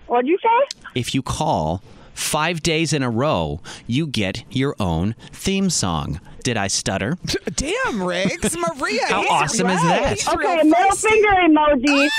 Speaker 13: What'd you say?
Speaker 3: If you call 5 days in a row, you get your own theme song. Did I stutter?
Speaker 2: Damn, Riggs, Maria.
Speaker 3: How
Speaker 2: he's
Speaker 3: awesome is
Speaker 2: right.
Speaker 3: that?
Speaker 2: He's
Speaker 13: Okay,
Speaker 2: real
Speaker 13: middle
Speaker 2: feisty.
Speaker 13: finger emoji.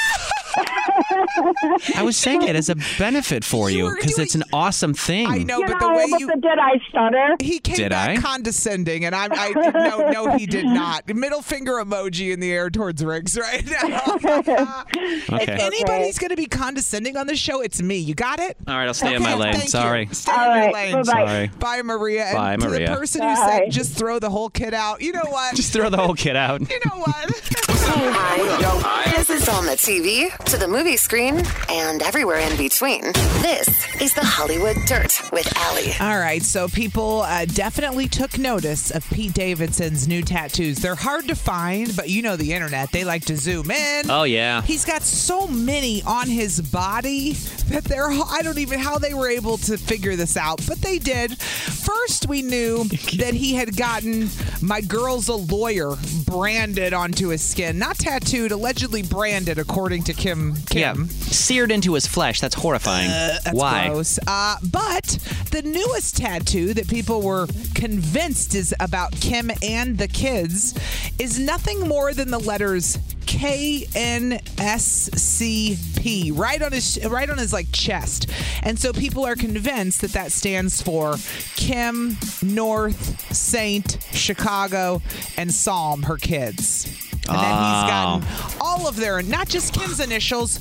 Speaker 3: I was saying it as a benefit for you because it's an awesome thing. I
Speaker 2: No, but the way you
Speaker 13: did I stutter?
Speaker 2: He came
Speaker 3: Did I?
Speaker 2: back condescending, and I, I no, no, he did not. Middle finger emoji in the air towards Riggs right now. If
Speaker 3: okay.
Speaker 2: anybody's going to be condescending on this show, it's me. You got it?
Speaker 3: All right, I'll stay in my
Speaker 2: Okay,
Speaker 3: lane.
Speaker 2: thank you.
Speaker 3: Sorry.
Speaker 2: Stay in your lane.
Speaker 3: bye-bye. Uh, Sorry.
Speaker 2: Bye, Maria. And
Speaker 3: Bye,
Speaker 2: To
Speaker 3: Maria.
Speaker 2: the person who said, just throw the whole kid out. You know what?
Speaker 3: Just throw the whole kid out.
Speaker 1: This is on the TV, to the movie screen, and everywhere in between. This is the Hollywood Dirt with Allie.
Speaker 2: All right, so people uh, definitely took notice of Pete Davidson's new tattoos. They're hard to find, but you know the internet. They like to zoom in.
Speaker 3: Oh, yeah.
Speaker 2: He's got so many on his body that they're, I don't even how they were able to figure this out, but they did. First, we knew that he had gotten My Girl's a Lawyer branded onto his skin. Not tattooed, allegedly branded, according to Kim.
Speaker 3: Yeah. Seared into his flesh. That's horrifying.
Speaker 2: Uh, that's
Speaker 3: Why?
Speaker 2: gross. Uh, but the newest tattoo that people were convinced is about Kim and the kids is nothing more than the letters K N S C P right on his right on his like chest, and so people are convinced that that stands for Kim North Saint Chicago and Psalm her kids. And then he's gotten all of their not just Kim's initials,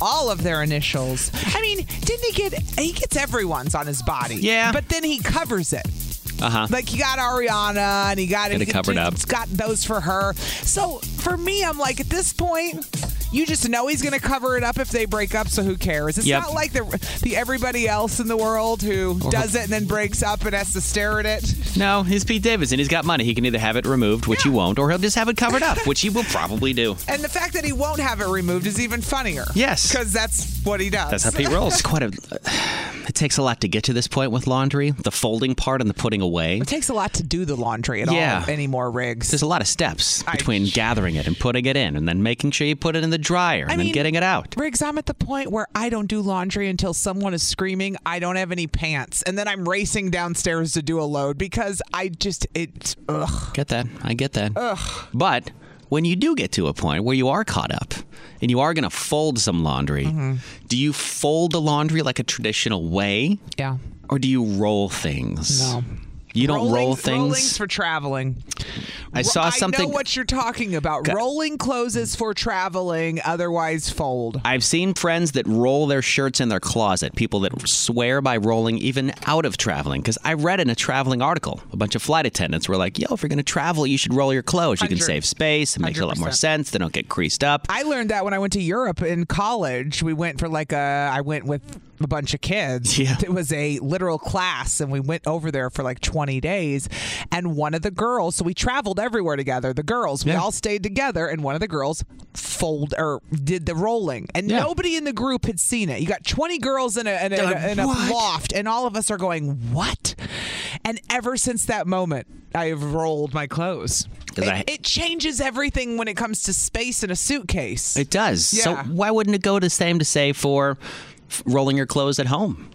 Speaker 2: all of their initials. I mean, didn't he get he gets everyone's on his body. Yeah. But then he covers it.
Speaker 3: Uh huh.
Speaker 2: Like he got Ariana and he got
Speaker 3: Get it covered up.
Speaker 2: He's got those for her. So for me, I'm like at this point, you just know he's gonna cover it up if they break up. So who cares? It's
Speaker 3: Yep.
Speaker 2: not like the the everybody else in the world who does it and then breaks up and has to stare at it.
Speaker 3: No, he's Pete Davidson. He's got money. He can either have it removed, which he won't, or he'll just have it covered up, which he will probably do.
Speaker 2: And the fact that he won't have it removed is even funnier.
Speaker 3: Yes.
Speaker 2: Because that's what he does.
Speaker 3: That's how Pete rolls. It's quite a. It takes a lot to get to this point with laundry, the folding part and the putting away. It
Speaker 2: takes a lot to do the laundry at all anymore, rigs.
Speaker 3: There's a lot of steps between gathering it and putting it in, and then making sure you put it in the dryer, and then
Speaker 2: mean,
Speaker 3: getting it out.
Speaker 2: Riggs, I'm at the point where I don't do laundry until someone is screaming, I don't have any pants. And then I'm racing downstairs to do a load because I just, it, ugh.
Speaker 3: Get that? I get that. But when you do get to a point where you are caught up and you are going to fold some laundry,
Speaker 2: Mm-hmm.
Speaker 3: do you fold the laundry like a traditional way?
Speaker 2: Yeah.
Speaker 3: Or do you roll things?
Speaker 2: No.
Speaker 3: You don't roll
Speaker 2: Rollings-
Speaker 3: things.
Speaker 2: Rollings for traveling.
Speaker 3: I saw
Speaker 2: I
Speaker 3: something.
Speaker 2: know what you're talking about. Rolling clothes is for traveling, otherwise fold.
Speaker 3: I've seen friends that roll their shirts in their closet, people that swear by rolling even out of traveling. Because I read in a traveling article, a bunch of flight attendants were like, yo, if you're going to travel, you should roll your clothes. You can save space. It makes a lot more
Speaker 2: 100%.
Speaker 3: sense. They don't get creased up.
Speaker 2: I learned that when I went to Europe in college. We went for like a, I went with a bunch of kids. Yeah. It was a literal class, and we went over there for like 20 days. And one of the girls, so we traveled everywhere together, the girls, we all stayed together, and one of the girls fold or did the rolling. And nobody in the group had seen it. You got 20 girls in a, in a, in a, in a
Speaker 15: What?
Speaker 2: loft, and all of us are going, what? And ever since that moment, I have rolled my clothes.
Speaker 3: 'Cause
Speaker 2: It-
Speaker 3: I-
Speaker 2: it changes everything when it comes to space in a suitcase.
Speaker 3: It does. So
Speaker 2: Yeah.
Speaker 3: why wouldn't it go the same to say for f- rolling your clothes at home?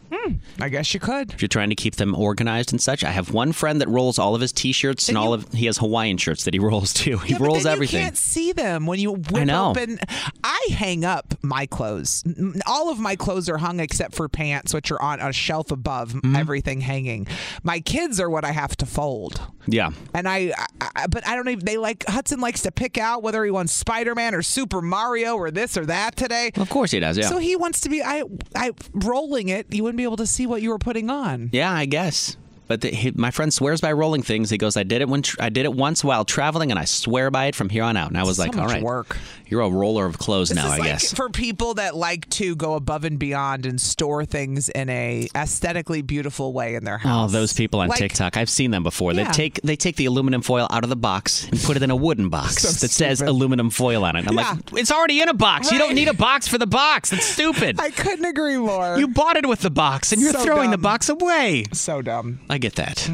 Speaker 2: I guess you could.
Speaker 3: If you're trying to keep them organized and such, I have one friend that rolls all of his t-shirts and all of he has Hawaiian shirts that he rolls too. He rolls everything.
Speaker 2: You can't see them when you whip
Speaker 3: know.
Speaker 2: open. I hang up my clothes. N- All of my clothes are hung except for pants, which are on a shelf above
Speaker 3: Mm-hmm.
Speaker 2: everything hanging. My kids are what I have to fold.
Speaker 3: Yeah.
Speaker 2: And I, I, I- but I don't even. They like Hudson likes to pick out whether he wants Spider Man or Super Mario or this or that today.
Speaker 3: Of course he does. Yeah.
Speaker 2: So he wants to be. I, I rolling it. You wouldn't be able to see what you were putting on.
Speaker 3: Yeah, I guess. But the, he, my friend swears by rolling things. He goes, "I did it when tr- I did it once while traveling, and I swear by it from here on out." And I was
Speaker 2: So
Speaker 3: like,
Speaker 2: much
Speaker 3: "All right,
Speaker 2: work.
Speaker 3: You're a roller of clothes now,
Speaker 2: This
Speaker 3: I
Speaker 2: is like
Speaker 3: guess."
Speaker 2: for people that like to go above and beyond and store things in a aesthetically beautiful way in their house.
Speaker 3: Oh, those people on
Speaker 2: Like-
Speaker 3: TikTok! I've seen them before.
Speaker 2: Yeah.
Speaker 3: They take they take the aluminum foil out of the box and put it in a wooden box
Speaker 2: So
Speaker 3: that says aluminum foil on it. I'm like, Oh. it's already in a box. You don't need a box for the box. That's stupid.
Speaker 2: I couldn't agree more.
Speaker 3: You bought it with the box, and you're
Speaker 2: So
Speaker 3: throwing the
Speaker 2: dumb. Mm-hmm.
Speaker 3: box away.
Speaker 2: So dumb.
Speaker 3: I get that.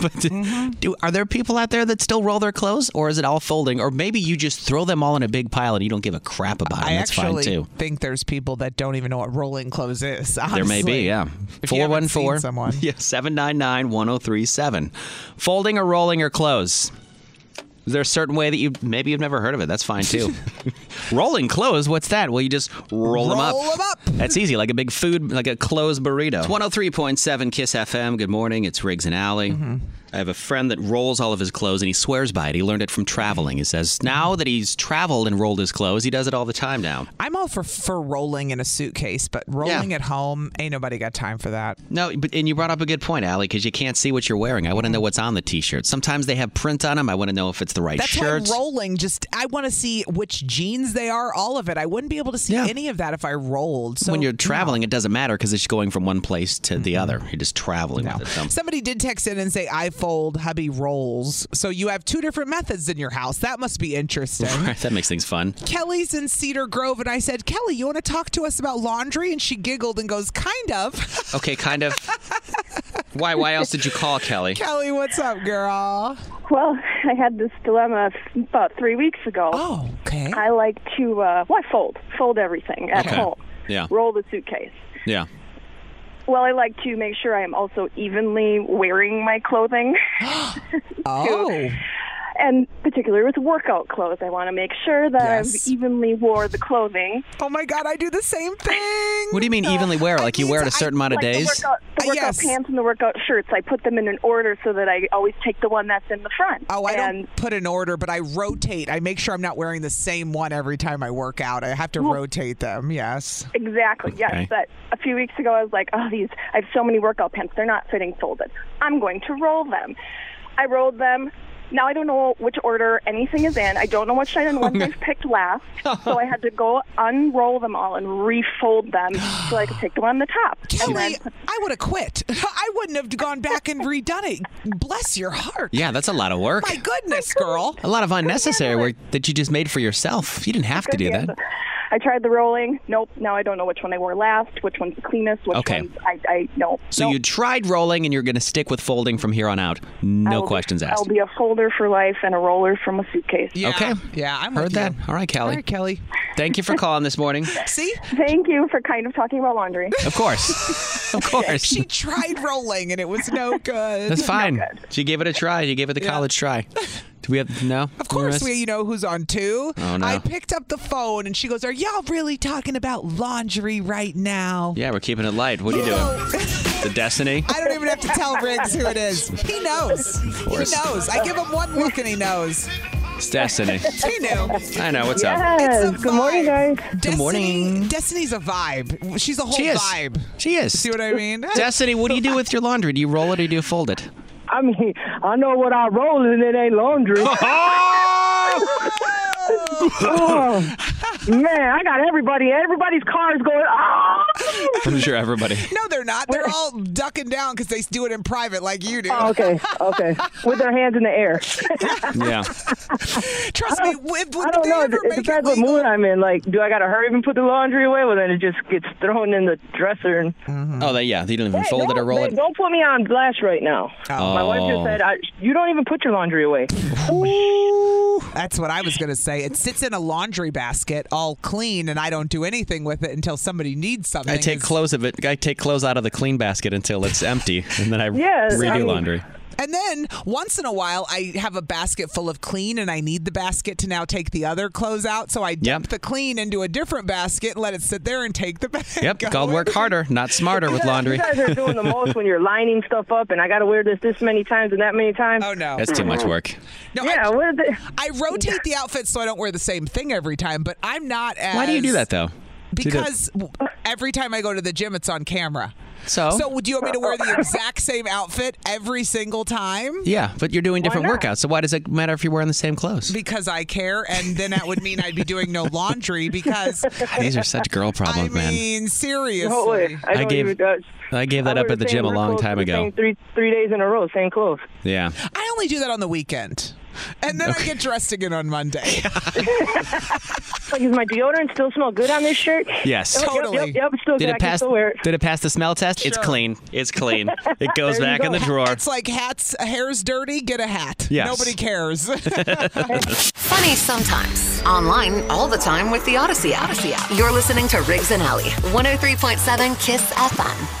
Speaker 3: but uh, do, are there people out there that still roll their clothes, or is it all folding? Or maybe you just throw them all in a big pile and you don't give a crap about them.
Speaker 2: I
Speaker 3: Uh, That's
Speaker 2: actually
Speaker 3: fine too.
Speaker 2: think there's people that don't even know what rolling clothes is. Honestly.
Speaker 3: There may be, yeah.
Speaker 2: If you haven't seen
Speaker 3: 414
Speaker 2: someone.
Speaker 3: oh Yeah, 799 1037. Folding or rolling your clothes? Is there a certain way that you maybe you've never heard of it? That's fine too. Rolling clothes, what's that? Well, you just roll, them up.
Speaker 2: Roll 'em up.
Speaker 3: That's easy, like a big food, like a closed burrito. It's 103.7 Kiss FM. Good morning. It's Riggs and Alley. I have a friend that rolls all of his clothes and he swears by it. He learned it from traveling. He says now that he's traveled and rolled his clothes, he does it all the time now.
Speaker 2: I'm all for for rolling in a suitcase, but rolling at home ain't nobody got time for that.
Speaker 3: No, but and you brought up a good point, Allie, because you can't see what you're wearing. I want to know what's on the t-shirt. Sometimes they have print on them. I want to know if it's the right
Speaker 2: That's
Speaker 3: shirt.
Speaker 2: why rolling. Just I want to see which jeans they are. All of it. I wouldn't be able to see any of that if I rolled. So
Speaker 3: when you're traveling, it doesn't matter because it's going from one place to the other. You're just traveling with it. Um,
Speaker 2: Somebody did text in and say, I fold, hubby rolls. So you have two different methods in your house. That must be interesting.
Speaker 3: right, that makes things fun.
Speaker 2: Kelly's in Cedar Grove, and I said, Kelly, you want to talk to us about laundry? And she giggled and goes, Kind of.
Speaker 3: Okay, kind of. why? Why else did you call Kelly?
Speaker 2: Kelly, what's up, girl?
Speaker 15: Well, I had this dilemma f- about three weeks ago.
Speaker 2: Oh, okay.
Speaker 15: I like to, uh, well, I fold, fold everything at
Speaker 3: Okay.
Speaker 15: home,
Speaker 3: Yeah,
Speaker 15: roll the suitcase.
Speaker 3: yeah.
Speaker 15: Well, I like to make sure I am also evenly wearing my clothing.
Speaker 2: Oh,
Speaker 15: and particularly with workout clothes, I want to make sure that
Speaker 2: Yes.
Speaker 15: I've evenly wore the clothing.
Speaker 2: Oh my God, I do the same thing.
Speaker 3: What do you mean evenly wear? Like you wear it a certain amount of
Speaker 15: like
Speaker 3: days?
Speaker 15: The workout, the
Speaker 2: Uh,
Speaker 15: workout
Speaker 2: yes.
Speaker 15: pants and the workout shirts, I put them in an order so that I always take the one that's in the front.
Speaker 2: Oh, I
Speaker 15: and
Speaker 2: don't put an order, but I rotate. I make sure I'm not wearing the same one every time I work out. I have to rotate them. Yes.
Speaker 15: Exactly.
Speaker 2: Okay.
Speaker 15: Yes. But a few weeks ago, I was like, "Oh, these! I have so many workout pants. They're not fitting folded. I'm going to roll them." I rolled them. Now I don't know which order anything is in. I don't know what shine
Speaker 3: Oh,
Speaker 15: and ones I've picked last. So I had to go unroll them all and refold them so I could take the one on the top. and then
Speaker 2: Kelly, I would have quit. I wouldn't have gone back and redone it. Bless your heart.
Speaker 3: Yeah, that's a lot of work.
Speaker 2: My goodness, girl.
Speaker 3: A lot of unnecessary work that you just made for yourself. You didn't have to do that.
Speaker 15: I tried the rolling. Nope. Now I don't know which one I wore last. Which one's the cleanest? Which
Speaker 3: Okay.
Speaker 15: one's I, I nope.
Speaker 3: So you tried rolling, and you're going to stick with folding from here on out. No
Speaker 15: I'll-
Speaker 3: questions
Speaker 15: I'll
Speaker 3: asked.
Speaker 15: be a folder for life and a roller from a suitcase.
Speaker 3: Okay.
Speaker 2: Yeah, I'm
Speaker 3: heard that. All right, Kelly.
Speaker 15: All
Speaker 2: right, Kelly.
Speaker 3: Thank you for calling this morning.
Speaker 2: See?
Speaker 15: Thank you for kind of talking about laundry.
Speaker 3: Of course, of course.
Speaker 2: She tried rolling and it was no good.
Speaker 3: That's fine. She gave it a try. You gave it the college try. Do we have no?
Speaker 2: Of course, we, you know who's on two.
Speaker 3: Oh, no.
Speaker 2: I picked up the phone and she goes, Are y'all really talking about laundry right now?
Speaker 3: Yeah, we're keeping it light. What are you doing? The Destiny?
Speaker 2: I don't even have to tell Riggs who it is. He knows. He
Speaker 3: course.
Speaker 2: knows. I give him one look and he knows.
Speaker 3: It's Destiny.
Speaker 2: He knew.
Speaker 3: I know. What's up?
Speaker 2: Yes. Good morning,
Speaker 15: guys.
Speaker 2: Good morning. Destiny's a vibe. She's a whole
Speaker 3: She is.
Speaker 2: vibe.
Speaker 3: She is.
Speaker 2: See what I mean?
Speaker 3: Destiny, what do you do with your laundry? Do you roll it or do you fold it?
Speaker 16: I mean, I know what I roll and it ain't laundry. oh, man, I got everybody. Everybody's cars going. Oh,
Speaker 3: I'm sure everybody.
Speaker 2: No, they're not. They're all ducking down because they do it in private like you do.
Speaker 16: Oh, okay, okay, with their hands in the air.
Speaker 3: Yeah.
Speaker 2: Trust me, with,
Speaker 16: I don't know. It, it depends what mood I'm in. Like, do I gotta hurry up and put the laundry away? Well, then it just gets thrown in the dresser. And
Speaker 2: Uh-huh.
Speaker 3: Oh, they, yeah. They don't even fold it or roll
Speaker 16: Babe,
Speaker 3: it.
Speaker 16: don't put me on blast right now. My wife
Speaker 3: Oh.
Speaker 16: just said, I, uh, "You don't even put your laundry away."
Speaker 2: That's what I was going to say. It sits in a laundry basket all clean, and I don't do anything with it until somebody needs something.
Speaker 3: I take clothes of it. I take clothes out of the clean basket until it's empty, and then I
Speaker 2: Yes,
Speaker 3: redo
Speaker 2: I mean-
Speaker 3: laundry.
Speaker 2: And then once in a while, I have a basket full of clean, and I need the basket to now take the other clothes out. So I dump the clean into a different basket and let it sit there and take the bag.
Speaker 3: Yep. Called work harder, not smarter with laundry.
Speaker 16: You guys are doing the most when you're lining stuff up, and I gotta wear this this many times and that many times. Oh
Speaker 2: no,
Speaker 3: That's too much work.
Speaker 2: No,
Speaker 16: yeah, I, what is it?
Speaker 2: I rotate the outfits so I don't wear the same thing every time. But I'm not as
Speaker 3: Why do you do that though? Do you do-
Speaker 2: Because w- every time I go to the gym, it's on camera.
Speaker 3: So?
Speaker 2: so would you want me to wear the exact same outfit every single time?
Speaker 3: Yeah, but you're doing different workouts. So why does it matter if you're wearing the same clothes?
Speaker 2: Because I care, and then that would mean I'd be doing no laundry. Because
Speaker 3: God, these are such girl problems,
Speaker 2: I
Speaker 3: man.
Speaker 2: mean, seriously,
Speaker 16: No way. I,
Speaker 3: I
Speaker 16: don't
Speaker 3: gave-
Speaker 16: even, uh,
Speaker 3: I gave that
Speaker 16: I
Speaker 3: up
Speaker 16: wear
Speaker 3: at the
Speaker 16: same
Speaker 3: gym a
Speaker 16: work
Speaker 3: long
Speaker 16: clothes
Speaker 3: time
Speaker 16: for the
Speaker 3: ago.
Speaker 16: same Three three days in a row, same clothes.
Speaker 3: Yeah.
Speaker 2: I only do that on the weekend, and then I get dressed again on Monday.
Speaker 16: Like, does my deodorant still smell good on this shirt?
Speaker 3: Yes.
Speaker 16: Yep, Yep, yep, yep it's still
Speaker 3: did
Speaker 16: good.
Speaker 3: it
Speaker 16: I can
Speaker 3: pass?
Speaker 16: still wear it.
Speaker 3: Did it pass the smell test? It's
Speaker 2: Sure.
Speaker 3: clean. It's clean. It goes back in the drawer.
Speaker 2: It's like hats, hair's dirty, get a hat.
Speaker 3: Yes.
Speaker 2: Nobody cares.
Speaker 1: Funny sometimes. Online all the time with the Odyssey app. Odyssey app. You're listening to Riggs and oh Alley, 103.7 Kiss FM.